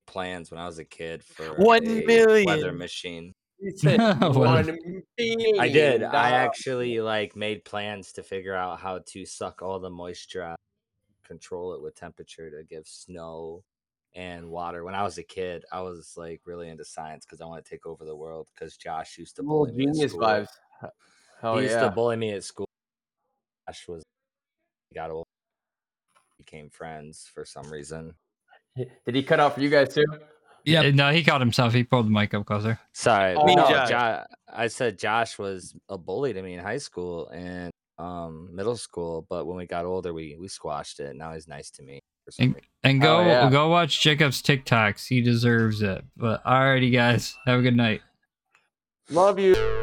F: plans when I was a kid for
C: One
F: a weather
C: million.
F: machine.
D: He said,
A: What?
D: "One
F: I did. I
D: million
F: actually like made plans to figure out how to suck all the moisture out, control it with temperature to give snow and water. When I was a kid, I was like really into science because I want to take over the world. Because Josh used to
D: Little
F: bully me at
D: genius
F: school.
D: vibes. Hell
F: he used
D: yeah.
F: to bully me at school. Josh was got old, became friends for some reason.
D: Did he cut out for you guys too?
E: Yep.
A: No, he caught himself. He pulled the mic up closer.
F: Sorry,
C: Me,
F: no,
C: Josh.
F: Jo- I said Josh was a bully to me in high school and um, middle school, but when we got older, we we squashed it. Now he's nice to me. For some
A: And-
F: reason.
A: And go
D: Oh, yeah.
A: go watch Jacob's TikToks. He deserves it. But alrighty guys, have a good night.
D: Love you.